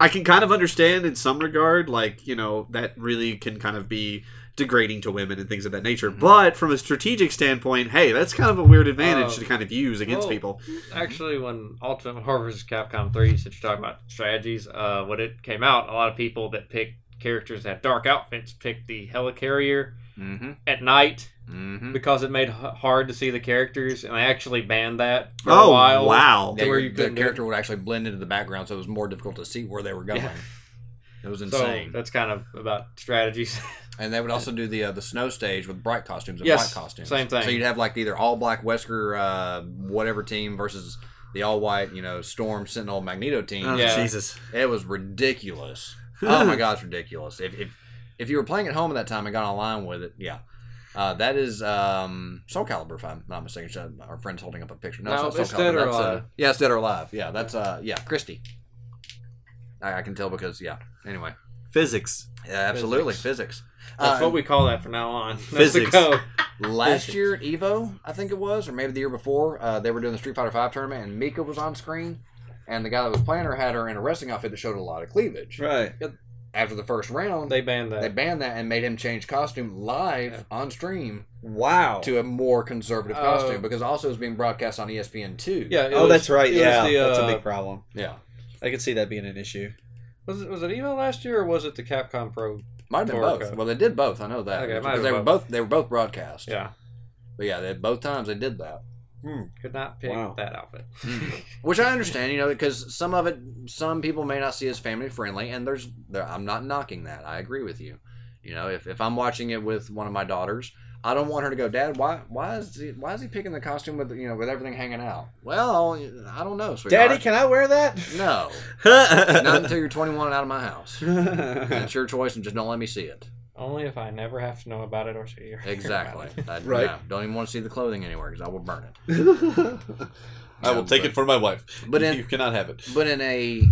Speaker 1: I can kind of understand in some regard, like you know, that really can kind of be degrading to women and things of that nature. But from a strategic standpoint, hey, that's kind of a weird advantage
Speaker 2: Oh.
Speaker 1: to kind of use against
Speaker 2: Well,
Speaker 1: people.
Speaker 2: Actually, when Ultimate Marvel vs. Capcom 3, since you're talking about strategies, uh, when it came out, a lot of people that picked characters that had dark outfits picked the helicarrier
Speaker 3: Mm-hmm.
Speaker 2: at night
Speaker 3: Mm-hmm.
Speaker 2: because it made h- hard to see the characters, and they actually banned that for
Speaker 1: Oh
Speaker 2: a while.
Speaker 1: wow,
Speaker 3: Yeah,
Speaker 2: where you
Speaker 3: your- the
Speaker 2: couldn't do it.
Speaker 3: character would actually blend into the background, so it was more difficult to see where they were going.
Speaker 2: Yeah.
Speaker 3: It was
Speaker 2: So uh,
Speaker 3: insane.
Speaker 2: that's kind of about strategies.
Speaker 3: and they would also do the uh, the snow stage with
Speaker 2: (laughs)
Speaker 3: bright costumes and
Speaker 2: Yes,
Speaker 3: white costumes.
Speaker 2: same thing.
Speaker 3: So you'd have like either all black Wesker, uh, whatever team versus the all white, you know, Storm Sentinel Magneto team.
Speaker 1: Oh,
Speaker 2: Yeah.
Speaker 1: Jesus,
Speaker 3: It was ridiculous. Oh my god, it's ridiculous. If, if if you were playing at home at that time and got online with it, yeah. Uh, that is um, Soul Calibur, if I'm not mistaken. So Our friend's holding up a picture. No,
Speaker 2: No,
Speaker 3: it's not
Speaker 2: it's
Speaker 3: Soul
Speaker 2: Dead
Speaker 3: Calibur.
Speaker 2: or
Speaker 3: That's, uh,
Speaker 2: Alive.
Speaker 3: yeah, it's Dead or Alive. Yeah, that's uh, yeah, Christy. I, I can tell because yeah. Anyway,
Speaker 1: physics.
Speaker 3: yeah, absolutely physics.
Speaker 2: That's
Speaker 3: Uh,
Speaker 2: what we call that from now on. (laughs) That's the
Speaker 1: Physics.
Speaker 2: code.
Speaker 3: last
Speaker 1: Physics.
Speaker 3: year at Evo, I think it was, or maybe the year before, uh, they were doing the Street Fighter Five tournament, and Mika was on screen, and the guy that was playing her had her in a wrestling outfit that showed a lot of cleavage.
Speaker 1: Right.
Speaker 3: After the first round,
Speaker 2: They banned
Speaker 3: They
Speaker 2: that.
Speaker 3: banned that and made him change costume live
Speaker 2: Yeah.
Speaker 3: on stream
Speaker 1: Wow.
Speaker 3: to a more conservative
Speaker 2: Oh.
Speaker 3: costume because also it was being broadcast on E ESPN two.
Speaker 2: Yeah. it
Speaker 1: oh,
Speaker 2: was-
Speaker 1: that's right.
Speaker 2: it was
Speaker 1: Yeah,
Speaker 2: the,
Speaker 1: that's a
Speaker 2: uh,
Speaker 1: big problem.
Speaker 3: yeah,
Speaker 1: I could see that being an (laughs) issue.
Speaker 2: Was it was it Evo last year or was it the Capcom Pro?
Speaker 3: might have been
Speaker 2: Or,
Speaker 3: both.
Speaker 2: uh,
Speaker 3: Well, they did both. I know that
Speaker 2: Okay, it might
Speaker 3: because
Speaker 2: have
Speaker 3: they
Speaker 2: been
Speaker 3: were both they were both broadcast.
Speaker 2: Yeah.
Speaker 3: but yeah, they, both times they did that,
Speaker 2: Could not pick
Speaker 1: Wow.
Speaker 2: that
Speaker 3: (laughs)
Speaker 2: outfit.
Speaker 3: Hmm.
Speaker 2: (laughs)
Speaker 3: which I understand, you know, because some of it, some people may not see as family friendly, and there's there, I'm not knocking that. I agree with you. You know, if, if I'm watching it with one of my daughters, I don't want her to go, Dad, why why is he, why is he picking the costume with you know with everything hanging out? Well, I don't know, sweetheart.
Speaker 1: Daddy, can I wear
Speaker 3: (laughs)
Speaker 1: that?
Speaker 3: no. Not until you're 21 and out of my house.
Speaker 1: (laughs)
Speaker 3: And it's your choice, and just don't let me see it.
Speaker 2: Only if I never have to know about it or see you. (laughs)
Speaker 3: Exactly. I,
Speaker 1: Right.
Speaker 3: no, don't even want to see the clothing anywhere because I will burn it.
Speaker 1: I will take it for my wife.
Speaker 3: (laughs) But
Speaker 1: you
Speaker 3: in
Speaker 1: cannot have it.
Speaker 3: but in a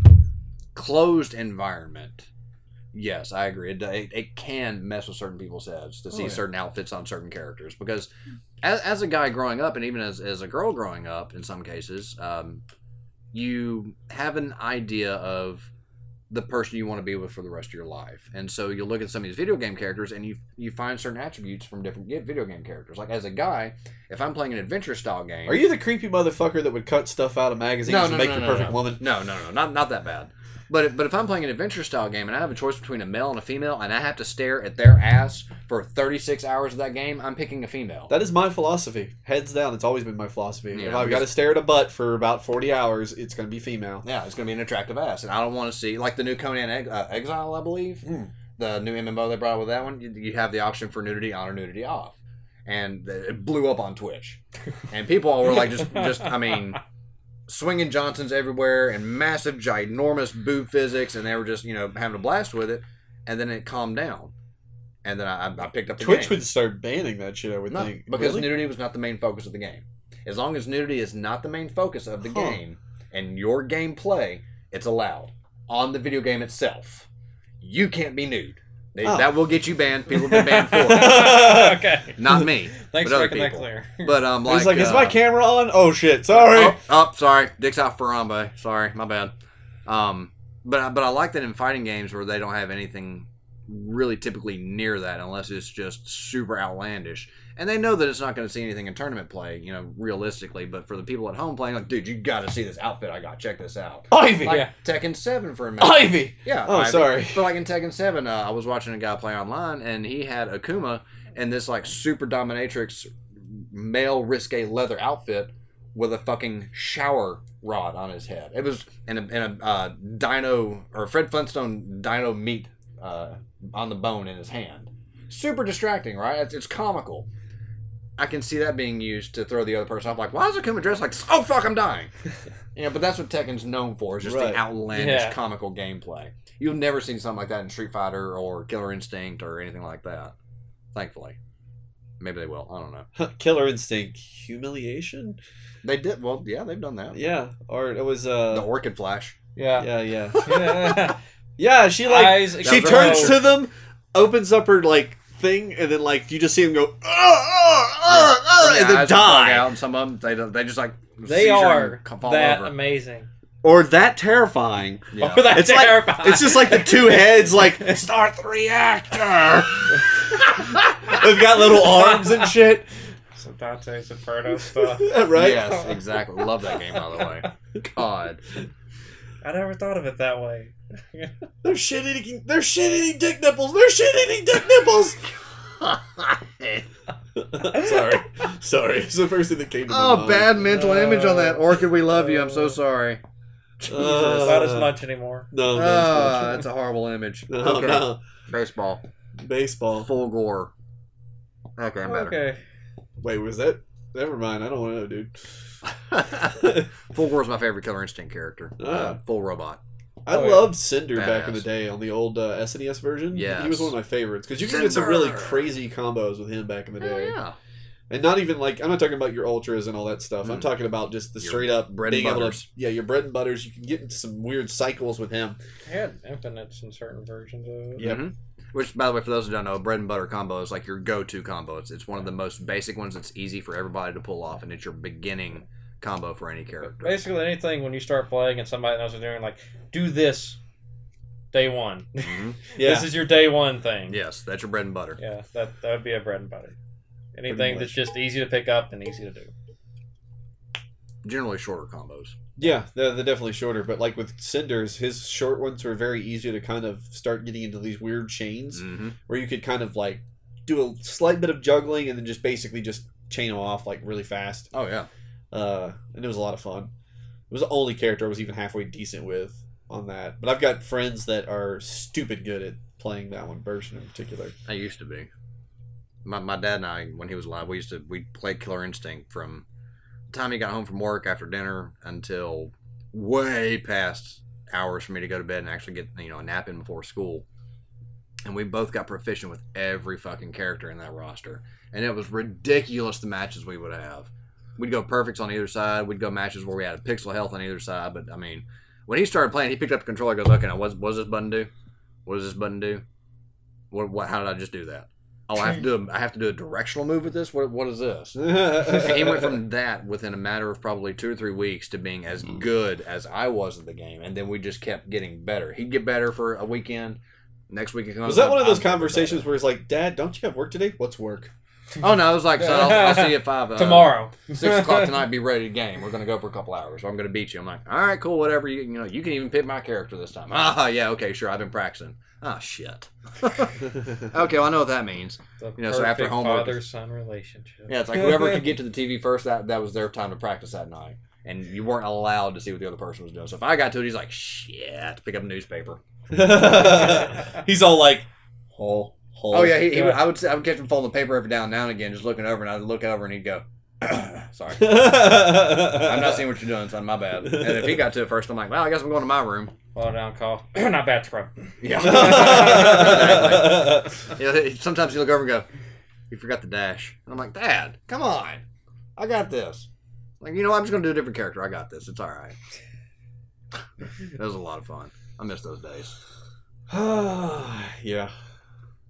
Speaker 3: closed environment, yes, I agree. It, it, it can mess with certain people's heads to see
Speaker 1: yeah.
Speaker 3: certain outfits on certain characters because, as, as a guy growing up, and even as as a girl growing up, in some cases, um, you have an idea of the person you want to be with for the rest of your life. And so you look at some of these video game characters and you you find certain attributes from different ge- video game characters. Like as a guy, if I'm playing an adventure style game,
Speaker 1: Are you the creepy motherfucker that would cut stuff out of magazines
Speaker 3: No,
Speaker 1: and
Speaker 3: no,
Speaker 1: make
Speaker 3: no,
Speaker 1: the
Speaker 3: no,
Speaker 1: perfect
Speaker 3: no.
Speaker 1: woman?
Speaker 3: No, no, no, not not that bad. But if, but if I'm playing an adventure style game and I have a choice between a male and a female and I have to stare at their ass for 36 hours of that game, I'm picking a female.
Speaker 1: That is my philosophy. Heads down. It's always been my philosophy. if
Speaker 3: Yeah,
Speaker 1: I've
Speaker 3: I'm
Speaker 1: got to stare at a butt for about 40 hours, it's going to be female.
Speaker 3: yeah, it's going to be an attractive ass, and I don't want to see like the new Conan Ex- uh, Exile, I believe,
Speaker 1: Mm.
Speaker 3: the new MMO they brought with that one. You, you have the option for nudity on or nudity off, and it blew up on Twitch, and people were like, just, just, I mean. Swinging Johnsons everywhere and massive, ginormous boob physics, and they were just, you know, having a blast with it. And then it calmed down, and then I, I picked up the
Speaker 1: Twitch
Speaker 3: game.
Speaker 1: would start banning that shit, I would
Speaker 3: No,
Speaker 1: think.
Speaker 3: because
Speaker 1: Really?
Speaker 3: nudity was not the main focus of the game. As long as nudity is not the main focus of the
Speaker 1: Huh.
Speaker 3: game and your gameplay, it's allowed on the video game itself. You can't be nude. They,
Speaker 1: Oh.
Speaker 3: That will get you banned. People have been
Speaker 1: (laughs)
Speaker 3: banned for
Speaker 2: (laughs) okay.
Speaker 3: it. Not me.
Speaker 2: (laughs) Thanks
Speaker 3: but
Speaker 2: for
Speaker 3: other
Speaker 2: making that
Speaker 3: people.
Speaker 2: clear. (laughs)
Speaker 3: But um, like,
Speaker 1: it's like, is
Speaker 3: uh,
Speaker 1: my camera on? Oh shit, sorry.
Speaker 3: Oh, oh, sorry. Dick's out for Harambe. Sorry, my bad. Um, but I- but I like that in fighting games where they don't have anything really typically near that unless it's just super outlandish. And they know that it's not going to see anything in tournament play, you know, realistically. But for the people at home playing, like, dude, you got to see this outfit I got. Check this out.
Speaker 1: Ivy!
Speaker 3: Oh. Like
Speaker 2: Yeah.
Speaker 3: Tekken Seven for a minute.
Speaker 1: (laughs) Ivy!
Speaker 3: Yeah.
Speaker 1: Oh,
Speaker 3: Ivy.
Speaker 1: sorry. (laughs)
Speaker 3: But like in Tekken Seven, uh, I was watching a guy play online, and he had Akuma in this like super dominatrix male risque leather outfit with a fucking shower rod on his head. It was in a, in a uh, dino or Fred Flintstone dino meat uh, on the bone in his hand. Super distracting, right? It's, it's comical. I can see that being used to throw the other person off. Like, why is it coming dressed like, oh fuck, I'm dying? you know, but that's what Tekken's known for is just
Speaker 1: Right.
Speaker 3: the outlandish
Speaker 2: Yeah.
Speaker 3: comical gameplay. You've never seen something like that in Street Fighter or Killer Instinct or anything like that. Thankfully, maybe they will. I don't know.
Speaker 1: Killer Instinct humiliation.
Speaker 3: They did well. Yeah, they've done that.
Speaker 1: Yeah, or it was
Speaker 3: The
Speaker 1: uh,
Speaker 3: Orchid Flash.
Speaker 2: Yeah.
Speaker 1: yeah, yeah,
Speaker 2: yeah.
Speaker 1: yeah. She (laughs) like
Speaker 2: Eyes
Speaker 1: she
Speaker 3: That was
Speaker 1: turns
Speaker 2: explode.
Speaker 1: to them, opens up her like thing, and then like you just see him go, oh, oh, oh, oh,
Speaker 3: Some
Speaker 1: and then
Speaker 3: guys would bug
Speaker 1: die.
Speaker 3: Out, and some of them they don't- they just like
Speaker 2: They
Speaker 3: seizure
Speaker 2: are
Speaker 3: and c- fall
Speaker 2: that
Speaker 3: over.
Speaker 2: amazing.
Speaker 1: Or that terrifying. (laughs)
Speaker 3: Yeah.
Speaker 2: (laughs) Oh, that's
Speaker 1: It's like-
Speaker 2: terrifying.
Speaker 1: It's just like the two heads, (laughs) like start the reactor. They've got little arms and (laughs) shit,
Speaker 2: (laughs) some Dante's Inferno
Speaker 1: (laughs)
Speaker 2: stuff.
Speaker 1: right?
Speaker 3: Yes, exactly. Love that game, by the
Speaker 2: (laughs)
Speaker 3: way. God,
Speaker 2: I never thought of it that way.
Speaker 1: They're shit eating. They're shit eating dick nipples. They're shit eating dick nipples. (laughs)
Speaker 3: Oh,
Speaker 1: sorry, sorry. It's the first thing that came to my
Speaker 3: oh,
Speaker 1: mind.
Speaker 3: bad mental image on that
Speaker 2: Uh, oh,
Speaker 3: Orchid. We love you. I'm so sorry.
Speaker 1: Uh,
Speaker 2: Not as much anymore.
Speaker 1: No,
Speaker 3: Ah,
Speaker 1: that's
Speaker 3: that's a horrible image.
Speaker 1: no, no,
Speaker 3: okay.
Speaker 1: Oh, no.
Speaker 3: Baseball,
Speaker 1: Baseball.
Speaker 3: full gore. Okay, I'm better.
Speaker 2: Okay.
Speaker 1: Wait, was that? Never mind. I don't want to know, dude.
Speaker 3: (laughs)
Speaker 1: (laughs)
Speaker 3: full gore is my favorite Killer Instinct character. Uh,
Speaker 1: Ah.
Speaker 3: full robot.
Speaker 1: I
Speaker 2: Oh, yeah.
Speaker 1: loved Cinder back in the
Speaker 3: Badass.
Speaker 1: day on the old uh, SNES version.
Speaker 3: Yes.
Speaker 1: he was one of my favorites because you could get some really
Speaker 3: Cinder.
Speaker 1: crazy combos with him back in the
Speaker 3: Hell
Speaker 1: day.
Speaker 3: Oh, yeah.
Speaker 1: And not even like I'm not talking about your ultras and all that stuff. I'm
Speaker 3: Mm.
Speaker 1: talking about just the
Speaker 3: Your
Speaker 1: straight up
Speaker 3: bread and
Speaker 1: being able to
Speaker 3: butters.
Speaker 1: yeah your bread and butters. You can get into some weird cycles with him.
Speaker 2: I had infinites in certain versions of it.
Speaker 1: Yep.
Speaker 3: Mhm. Which, by the way, for those who don't know, bread and butter combo is like your go-to combo. It's, it's one of the most basic ones that's easy for everybody to pull off, and it's your beginning combo for any character.
Speaker 2: Basically, anything when you start playing and somebody knows what they're doing, like, do this day one. (laughs)
Speaker 3: Mhm.
Speaker 1: Yeah,
Speaker 2: This is your day one thing.
Speaker 3: Yes, that's your bread and butter.
Speaker 2: Yeah, that, that would be a bread and butter.
Speaker 1: Pretty
Speaker 2: Anything
Speaker 1: much.
Speaker 2: that's just easy to pick up and easy to do.
Speaker 3: Generally shorter combos.
Speaker 1: yeah, they're, they're definitely shorter. But like with Cinders, his short ones were very easy to kind of start getting into these weird chains
Speaker 3: Mm-hmm.
Speaker 1: where you could kind of like do a slight bit of juggling and then just basically just chain them off like really fast.
Speaker 3: Oh yeah.
Speaker 1: uh, and it was a lot of fun. It was the only character I was even halfway decent with on that. But I've got friends that are stupid good at playing that one version in particular.
Speaker 3: I used to be. My, my dad and I, when he was alive, we used to we played Killer Instinct from the time he got home from work after dinner until way past hours for me to go to bed and actually get you know a nap in before school. And we both got proficient with every fucking character in that roster, and it was ridiculous the matches we would have. We'd go perfects on either side. We'd go matches where we had a pixel health on either side. But I mean, when he started playing, he picked up the controller. Goes, okay, now what's what does this button do? What does this button do? What, what how did I just do that? Oh, I have to do a, I have to do a directional move with this. What what is this? And he went (laughs) from that within a matter of probably two or three weeks to being as good as I was at the game, and then we just kept getting better. He'd get better for a weekend. Next week, it comes
Speaker 1: was that
Speaker 3: (laughs) up,
Speaker 1: one of those
Speaker 3: I'm better.
Speaker 1: conversations where it's like, Dad, don't you have work today? What's work? (laughs)
Speaker 3: Oh no, it was like, so I'll, I'll see you at five uh,
Speaker 2: Tomorrow.
Speaker 3: (laughs) six o'clock tonight. Be ready to game. We're gonna go for a couple hours. Or I'm gonna beat you. I'm like, all right, cool, whatever. You, you know, you can even pick my character this time. (laughs) Ah, yeah, okay, sure. I've been practicing. Ah, shit. Okay, well, I know what that means.
Speaker 2: The
Speaker 3: You know, so after
Speaker 2: perfect
Speaker 3: homework-
Speaker 2: father-son relationship.
Speaker 3: Yeah,
Speaker 2: (laughs)
Speaker 3: it's like whoever could get to the TV first, that that was their time to practice that night. And you weren't allowed to see what the other person was doing. So if I got to it, he's like, shit, pick up a newspaper.
Speaker 1: He's all like, hole, hole.
Speaker 3: Oh, yeah,
Speaker 1: (laughs)
Speaker 3: he, he would,
Speaker 2: yeah.
Speaker 3: I would say- I would catch him folding the paper every now and now and again, just looking over, and I'd look over and he'd go, (clears throat) sorry. I'm
Speaker 1: I'm
Speaker 3: not seeing what you're doing, son. My bad. And if he got to it first, I'm like, well, I guess I'm going to my room.
Speaker 2: Fall down, cough. (clears throat) Not bad, scrub.
Speaker 3: Yeah. (laughs) exactly.
Speaker 1: (laughs)
Speaker 3: (laughs)
Speaker 1: exactly.
Speaker 3: You know, sometimes you look over and go, you forgot the dash. And I'm like, Dad, come on. I got this. Like, you know, what? I'm just going to do a different character. I got this. It's all right. that was a lot of fun. I miss those days.
Speaker 1: (sighs) yeah.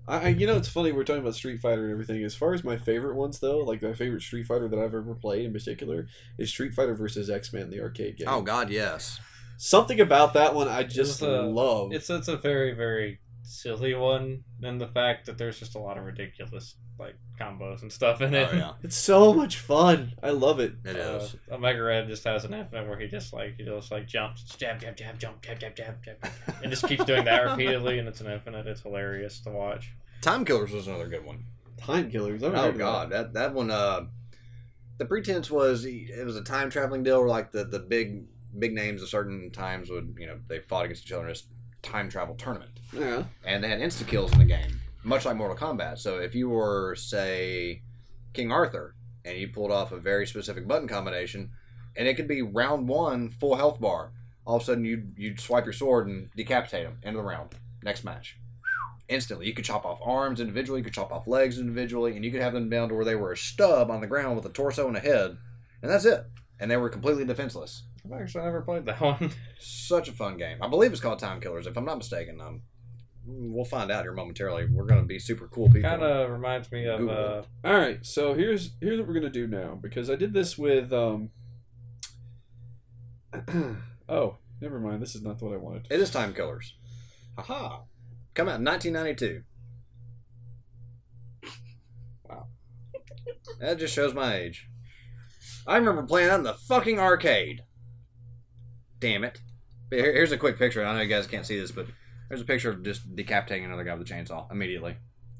Speaker 1: I, I- you know, it's funny, we're talking about Street Fighter and everything. As far as my favorite ones, though, like my favorite Street Fighter that I've ever played in particular is Street Fighter versus X Men, the arcade game.
Speaker 3: Oh, God, yes.
Speaker 1: Something about that one I just
Speaker 2: It's, uh,
Speaker 1: love.
Speaker 2: It's it's a very very silly one, and the fact that there's just a lot of ridiculous like combos and stuff in it.
Speaker 3: Oh,
Speaker 1: It's so much fun. I love it.
Speaker 3: yeah. It
Speaker 2: Uh,
Speaker 3: is.
Speaker 2: Omega Red just has an infinite where he just like he just like jumps, jab, jab, jab, jump, jab, jab, jab, jab, and just keeps doing
Speaker 3: (laughs)
Speaker 2: that repeatedly, and it's an infinite. It's hilarious to watch.
Speaker 3: Time Killers was another good one.
Speaker 2: Oh,
Speaker 1: Time killers. I
Speaker 3: Oh, God. That, that one, uh, the pretense was it was a time traveling deal where like the, the big big names of certain times would you know they fought against each other in this time travel tournament
Speaker 5: Yeah.
Speaker 3: and they had insta kills in the game much like mortal kombat so if you were say king arthur and you pulled off a very specific button combination and it could be round one full health bar all of a sudden you'd, you'd swipe your sword and decapitate him end of the round next match instantly you could chop off arms individually you could chop off legs individually and you could have them down to where they were a stub on the ground with a torso and a head and that's it and they were completely defenseless
Speaker 2: I've actually never played that one. (laughs)
Speaker 3: such a fun game. I believe it's called Time Killers, if I'm not mistaken. Um, we'll find out here momentarily. We're going to be super cool people.
Speaker 2: kind of reminds me of
Speaker 3: Google.
Speaker 2: uh,
Speaker 1: All right, so here's here's what we're gonna do now because I did this with um. (clears throat) oh, never mind. This is not what I wanted.
Speaker 3: It is Time Killers. Haha. Come out in 1992. Wow. That just shows my age. I remember playing that in the fucking arcade. Damn it. But here- Here's a quick picture. I know you guys can't see this, but there's a picture of just decapitating another guy with a chainsaw immediately.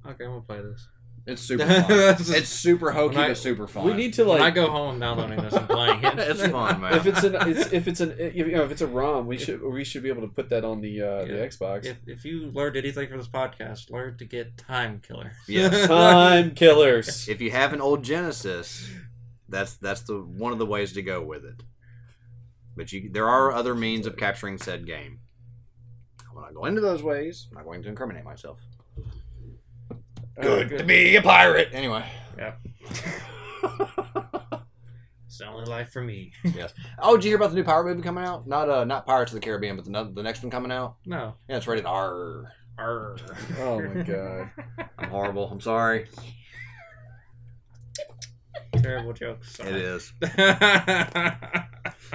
Speaker 2: okay, I'm gonna play this.
Speaker 3: It's super fun. it's super hokey,
Speaker 2: When I-
Speaker 3: but super fun.
Speaker 1: We need to
Speaker 2: When I
Speaker 1: like
Speaker 2: go home, downloading this and playing it.
Speaker 3: (laughs) it's fun, man.
Speaker 1: if it's an it's, if it's an if, you know, if it's a ROM, we should we should be able to put that on the uh, the
Speaker 2: Yeah. (laughs)
Speaker 1: Xbox.
Speaker 2: If, if you learned anything from this podcast, learn to get time killer.
Speaker 3: Yes. (laughs)
Speaker 1: Time killers.
Speaker 3: if you have an old Genesis, that's that's the one of the ways to go with it. But you, there are other means of capturing said game. I'm not going into those ways. I'm not going to incriminate myself.
Speaker 1: Good.
Speaker 3: be a pirate. Anyway.
Speaker 2: (laughs) It's the only life for me.
Speaker 3: Oh, did you hear about the new pirate movie coming out? Not uh, not Pirates of the Caribbean, but the, no- the next one coming out.
Speaker 2: No.
Speaker 3: Yeah, it's rated R.
Speaker 2: Arr.
Speaker 1: Oh my god.
Speaker 3: I'm horrible. I'm sorry.
Speaker 2: (laughs) Terrible jokes.
Speaker 3: It
Speaker 2: (laughs)
Speaker 3: is.
Speaker 2: is.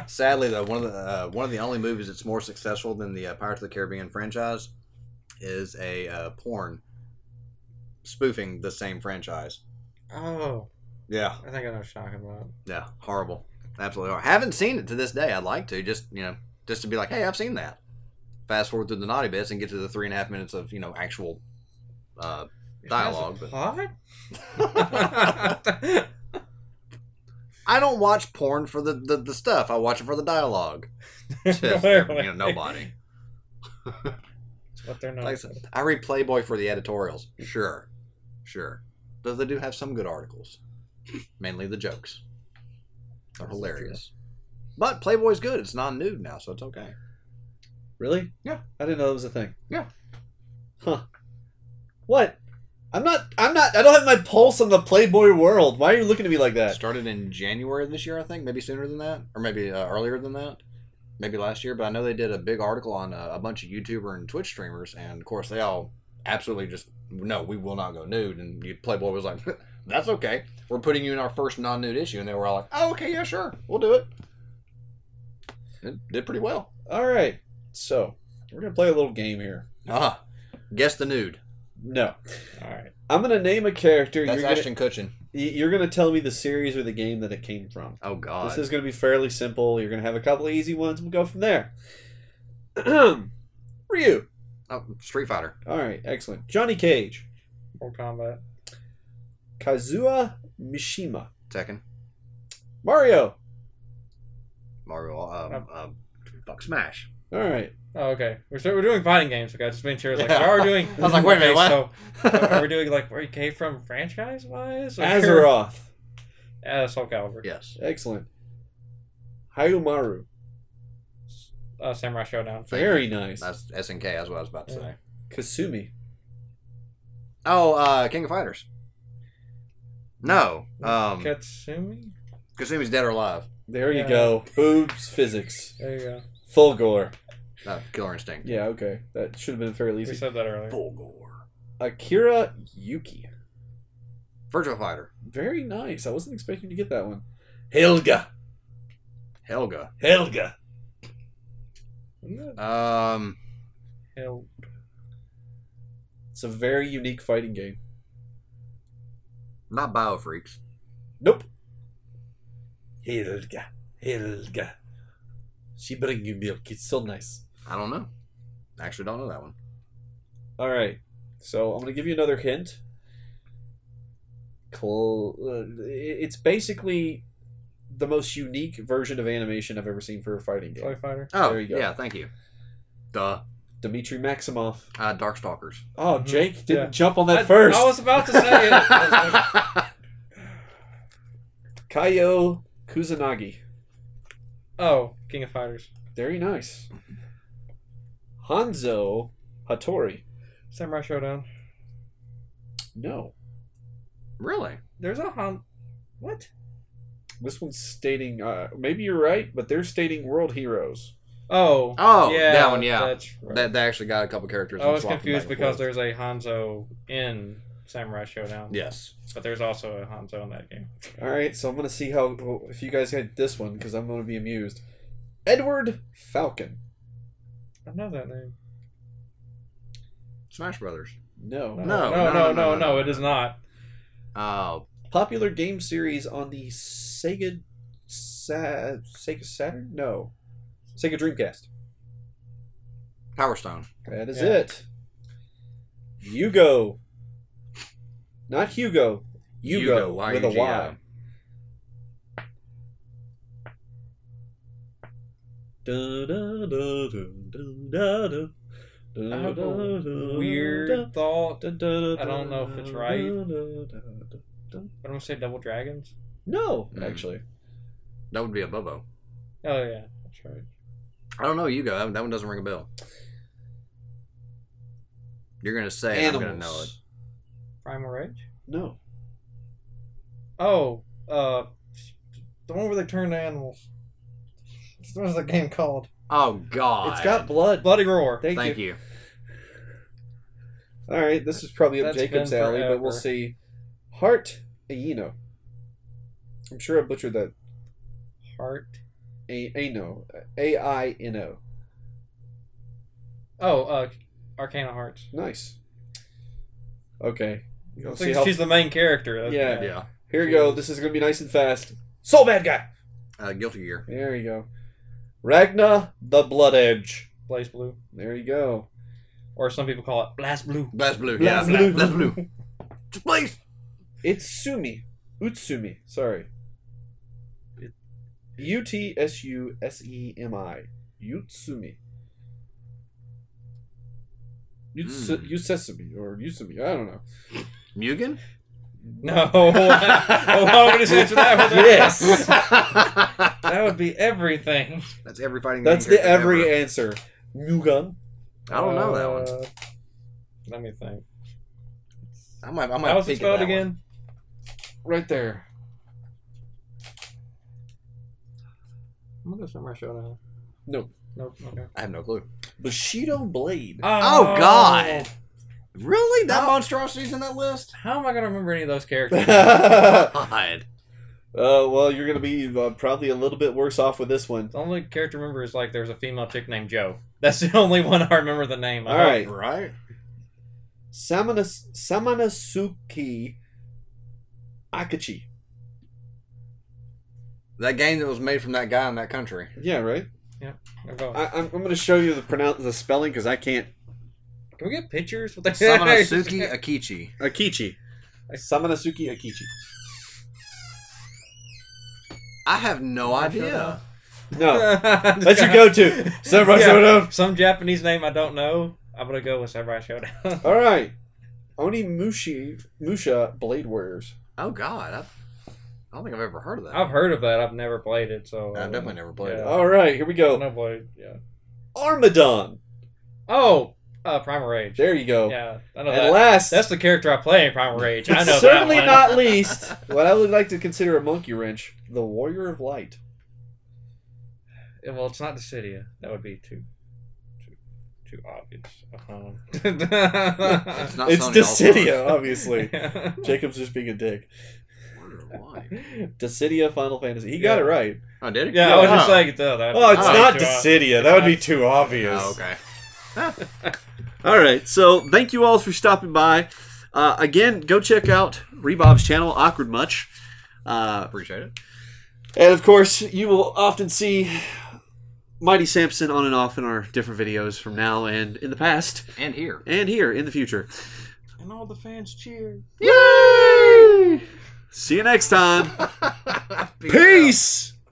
Speaker 3: Sadly, though, one of the uh, one of the only movies that's more successful than the uh, Pirates of the Caribbean franchise is a uh, porn spoofing the same franchise.
Speaker 2: oh,
Speaker 3: Yeah,
Speaker 2: I think I know what you're talking about.
Speaker 3: yeah, horrible, absolutely horrible. Haven't seen it to this day. I'd like to just you know just to be like, hey, I've seen that. Fast forward through the naughty bits and get to the three and a half minutes of you know actual. Uh,
Speaker 2: It has a
Speaker 3: Dialogue, but-
Speaker 2: (laughs) plot?
Speaker 3: I don't watch porn for the, the, the stuff. I watch it for the dialogue. Just, you know, nobody.
Speaker 2: It's what they're not.
Speaker 3: Like I said, I read Playboy for the editorials. Sure, sure. Though they do have some good articles, mainly the jokes. They're hilarious. But Playboy's good. It's non nude now, so it's okay.
Speaker 1: Really?
Speaker 3: Yeah.
Speaker 1: I didn't know that was a thing.
Speaker 3: Yeah.
Speaker 1: Huh. What? I'm not. I'm not. I don't have my pulse on the Playboy world. Why are you looking at me like
Speaker 3: It
Speaker 1: that?
Speaker 3: started in January of this year, I think, maybe sooner than that, or maybe uh, earlier than that, maybe last year. But I know they did a big article on uh, a bunch of YouTuber and Twitch streamers, and of course they all absolutely just no, we will not go nude. And you- Playboy was like, (laughs) "That's okay, we're putting you in our first non-nude issue," and they were all like, "Oh, okay, yeah, sure, we'll do it." It did pretty well.
Speaker 1: All right. So we're gonna play a little game here.
Speaker 3: Ah, guess the nude.
Speaker 1: No.
Speaker 2: All right.
Speaker 1: I'm gonna name a character.
Speaker 3: That's
Speaker 1: you're gonna,
Speaker 3: Ashton Kutcher.
Speaker 1: y- you're gonna tell me the series or the game that it came from.
Speaker 3: Oh God,
Speaker 1: This is gonna be fairly simple. You're gonna have a couple of easy ones. We'll go from there. (clears throat) Ryu.
Speaker 3: oh, Street Fighter.
Speaker 1: All right. Excellent. Johnny Cage.
Speaker 2: Mortal Kombat.
Speaker 1: Kazuya Mishima.
Speaker 3: Tekken,
Speaker 1: Mario.
Speaker 3: Mario, um,
Speaker 1: Oh.
Speaker 3: um,
Speaker 1: (laughs)
Speaker 3: fuck Smash.
Speaker 1: All right.
Speaker 2: Oh, okay. We're, so we're doing fighting games. Okay, I just made sure. Like,
Speaker 3: Yeah.
Speaker 2: yeah. we're doing.
Speaker 3: (laughs) I was like, wait a minute,
Speaker 2: okay,
Speaker 3: what?
Speaker 2: So, are we doing like where you came from, franchise wise?
Speaker 1: Azeroth.
Speaker 2: (laughs) Yeah, Soul Calibur.
Speaker 3: yes.
Speaker 1: Excellent. Hayumaru.
Speaker 2: Uh, Samurai Showdown.
Speaker 1: Very nice.
Speaker 3: That's SNK. That's what I was about to say.
Speaker 2: Yeah.
Speaker 1: Kasumi.
Speaker 3: Oh, uh, King of Fighters. No, um,
Speaker 2: Katsumi.
Speaker 3: Kasumi's dead or alive.
Speaker 1: There you
Speaker 2: Yeah.
Speaker 1: go. Boobs physics.
Speaker 2: There you go.
Speaker 1: Fulgore.
Speaker 3: Uh, Killer Instinct.
Speaker 1: Yeah, okay. That should have been fairly
Speaker 2: We
Speaker 1: easy.
Speaker 2: said that earlier.
Speaker 3: Fulgore.
Speaker 1: Akira Yuki.
Speaker 3: Virtual Fighter.
Speaker 1: Very nice. I wasn't expecting to get that one. Helga.
Speaker 3: Helga.
Speaker 1: Helga.
Speaker 2: Isn't that
Speaker 3: Um,
Speaker 2: Hell,
Speaker 1: It's a very unique fighting game.
Speaker 3: not Biofreaks.
Speaker 1: Nope. Helga. Helga. She bring you milk. It's so nice.
Speaker 3: I don't know. Actually, don't know that one.
Speaker 1: All right. So I'm gonna give you another hint. Cl- uh, it- it's basically the most unique version of animation I've ever seen for a fighting game.
Speaker 2: Toy Fighter.
Speaker 3: Oh,
Speaker 1: There you go.
Speaker 3: yeah, thank you. Duh.
Speaker 1: Dmitry Maximov.
Speaker 3: Uh, Darkstalkers.
Speaker 2: (laughs)
Speaker 1: Oh,
Speaker 2: Mhm.
Speaker 1: Jake didn't
Speaker 2: Yeah.
Speaker 1: jump on that
Speaker 2: I,
Speaker 1: first.
Speaker 2: I was about to say
Speaker 3: (laughs)
Speaker 2: it. I was like,
Speaker 1: Kaio Kusanagi.
Speaker 2: oh, King of Fighters.
Speaker 1: Very nice. Hanzo Hattori.
Speaker 2: Samurai Showdown.
Speaker 1: No.
Speaker 3: really?
Speaker 2: There's a Han. What?
Speaker 1: This one's stating, uh, maybe you're right, but they're stating world heroes.
Speaker 2: Oh.
Speaker 3: Oh, that one, yeah.
Speaker 2: That's right.
Speaker 3: That they actually got a couple characters.
Speaker 2: I
Speaker 3: and
Speaker 2: was
Speaker 3: swapped them
Speaker 2: confused
Speaker 3: back and
Speaker 2: because
Speaker 3: forth.
Speaker 2: there's a Hanzo in Samurai Showdown.
Speaker 6: Yes.
Speaker 2: But there's also a Hanzo in that game.
Speaker 1: All right, so I'm going to see how oh, if you guys get this one because I'm going to be amused. Edward Falcon.
Speaker 2: I know that name.
Speaker 3: Smash Brothers.
Speaker 1: No.
Speaker 3: Oh, No,
Speaker 2: no, no, no, no,
Speaker 3: no, no.
Speaker 2: it is not.
Speaker 3: Oh,
Speaker 1: Popular game series on the Sega. Sa- Sega Saturn? No. Sega Dreamcast.
Speaker 3: Power Stone.
Speaker 1: That is
Speaker 2: Yeah.
Speaker 1: it. Hugo. Not Hugo. Hugo, with a
Speaker 3: Y-U-G-O.
Speaker 1: Y. Dun, dun, dun, dun, dun, dun, dun. Dun,
Speaker 2: I have a
Speaker 1: dun, dun, dun,
Speaker 2: Weird thought.
Speaker 1: dun, dun,
Speaker 2: I don't know if it's
Speaker 1: dun,
Speaker 2: right.
Speaker 1: dun, dun, dun, dun.
Speaker 2: I don't want to say Double Dragons.
Speaker 1: No,
Speaker 3: Mm.
Speaker 1: actually.
Speaker 3: That would be a Bobo.
Speaker 2: Oh yeah, that's right.
Speaker 3: I don't know, Hugo. That, that one doesn't ring a bell. You're gonna say it, I'm gonna know it.
Speaker 1: Animals.
Speaker 2: Primal Rage.
Speaker 1: No.
Speaker 2: Oh, uh, the one where they turn to animals. What is the game called?
Speaker 3: Oh God.
Speaker 1: It's got blood.
Speaker 2: Bloody Roar.
Speaker 1: Thank,
Speaker 3: Thank
Speaker 1: you.
Speaker 3: you.
Speaker 1: All right, this is probably up
Speaker 2: That's
Speaker 1: Jacob's
Speaker 2: been
Speaker 1: alley, but
Speaker 2: forever.
Speaker 1: we'll see. Heart Aino. I'm sure I butchered that.
Speaker 2: Heart.
Speaker 1: A- Aino. A I N O.
Speaker 2: Oh, uh, Arcana Hearts.
Speaker 1: Nice. Okay.
Speaker 2: I
Speaker 1: Let's see
Speaker 2: think
Speaker 1: how-
Speaker 2: she's the main character. that's-
Speaker 1: Yeah.
Speaker 3: Yeah.
Speaker 1: Here we go. This is gonna be nice and fast. Soul bad guy.
Speaker 3: Uh, Guilty Gear.
Speaker 1: There you go. Ragna the Blood Edge.
Speaker 2: Blaze Blue,
Speaker 1: There you go.
Speaker 2: or some people call it Blast Blue.
Speaker 3: Blast Blue.
Speaker 1: Blast
Speaker 3: yeah.
Speaker 1: Blue.
Speaker 3: Blast Blue. Just please.
Speaker 1: Itsumi. Utsumi. Sorry. U T S U S E M I. Utsumi. Uts-
Speaker 3: Mm.
Speaker 1: Usesumi or Usumi. I don't know.
Speaker 3: Mugen.
Speaker 2: No. (laughs) oh, I'm oh, gonna answer that one.
Speaker 1: Yes.
Speaker 2: That would be everything.
Speaker 3: (laughs) That's every fighting.
Speaker 1: That's the
Speaker 3: game character
Speaker 1: every
Speaker 3: ever.
Speaker 1: answer. Mugan.
Speaker 3: I don't know that one.
Speaker 2: Uh, Let me think.
Speaker 3: I might. I might.
Speaker 2: How was it
Speaker 3: peek at
Speaker 2: spelled
Speaker 3: that one.
Speaker 2: again?
Speaker 1: Right there.
Speaker 2: I'm gonna go somewhere showdown.
Speaker 1: Nope.
Speaker 2: Nope. Okay.
Speaker 3: I have no clue.
Speaker 1: Bushido Blade. (laughs)
Speaker 3: Oh, God. Really? That monstrosity's in that list?
Speaker 2: How am I gonna remember any of those
Speaker 3: (laughs)
Speaker 2: characters?
Speaker 1: uh,
Speaker 3: God.
Speaker 1: well, you're gonna be uh, probably a little bit worse off with this one.
Speaker 2: the only character I remember is like there's a female chick named Joe. That's the only one I remember the name. of.
Speaker 1: All right,
Speaker 3: Right?
Speaker 1: Samanas Samanasuki Akachi.
Speaker 3: That game that was made from that guy in that country.
Speaker 1: Yeah, right.
Speaker 2: I'm going.
Speaker 1: I, I'm, I'm gonna show you the pronounce the spelling because I can't.
Speaker 2: Can we get pictures? What the (laughs)
Speaker 3: Samanosuke (laughs) Akichi.
Speaker 6: Akichi.
Speaker 1: Samanasuki Akichi.
Speaker 3: I have no idea.
Speaker 2: (laughs)
Speaker 1: No,
Speaker 3: Oh.
Speaker 1: that's your go-to. Samurai
Speaker 2: Yeah.
Speaker 1: Showdown.
Speaker 2: Some Japanese name I don't know. I'm gonna go with Samurai Showdown.
Speaker 1: All right, Onimushi Musha Blade Warriors.
Speaker 3: Oh, God. I, I don't think I've ever heard of that.
Speaker 2: I've heard of that. I've never played it, so
Speaker 3: I've definitely never played
Speaker 2: Yeah.
Speaker 3: it.
Speaker 1: All right, here we go.
Speaker 2: No played. Yeah.
Speaker 1: Armadon.
Speaker 2: Oh, uh, Primal Rage.
Speaker 1: There you go.
Speaker 2: Yeah, I know
Speaker 1: and
Speaker 2: that.
Speaker 1: last,
Speaker 2: That's the character I play in Primal Rage. I know that
Speaker 1: certainly
Speaker 2: one.
Speaker 1: not least, what I would like to consider a monkey wrench, the Warrior of Light.
Speaker 2: Yeah, Well, it's not Dissidia. That would be too, too, too obvious. Um,
Speaker 3: It's
Speaker 2: (laughs)
Speaker 3: not
Speaker 1: it's
Speaker 3: Sony
Speaker 1: Dissidia, obviously.
Speaker 2: yeah.
Speaker 1: Jacob's just being a dick.
Speaker 3: All-Stars.
Speaker 1: Dissidia Final Fantasy. He got
Speaker 2: Yeah.
Speaker 1: it right.
Speaker 3: Oh, did it?
Speaker 2: yeah, I was just
Speaker 3: Oh.
Speaker 2: saying though. That
Speaker 1: Oh, it's
Speaker 3: Oh,
Speaker 1: not
Speaker 2: too ob-
Speaker 1: Dissidia. That would be too obvious.
Speaker 3: Oh, okay.
Speaker 6: All right. So thank you all for stopping by. Uh, again, go check out Rebob's channel, Awkward Much. Uh,
Speaker 3: Appreciate it.
Speaker 6: and of course, you will often see Mighty Sampson on and off in our different videos from now and in the past
Speaker 3: And here.
Speaker 6: and here in the future.
Speaker 3: (laughs)
Speaker 2: And all the fans cheer.
Speaker 6: Yay!
Speaker 7: See you next time.
Speaker 1: Peace. out.
Speaker 3: Peace.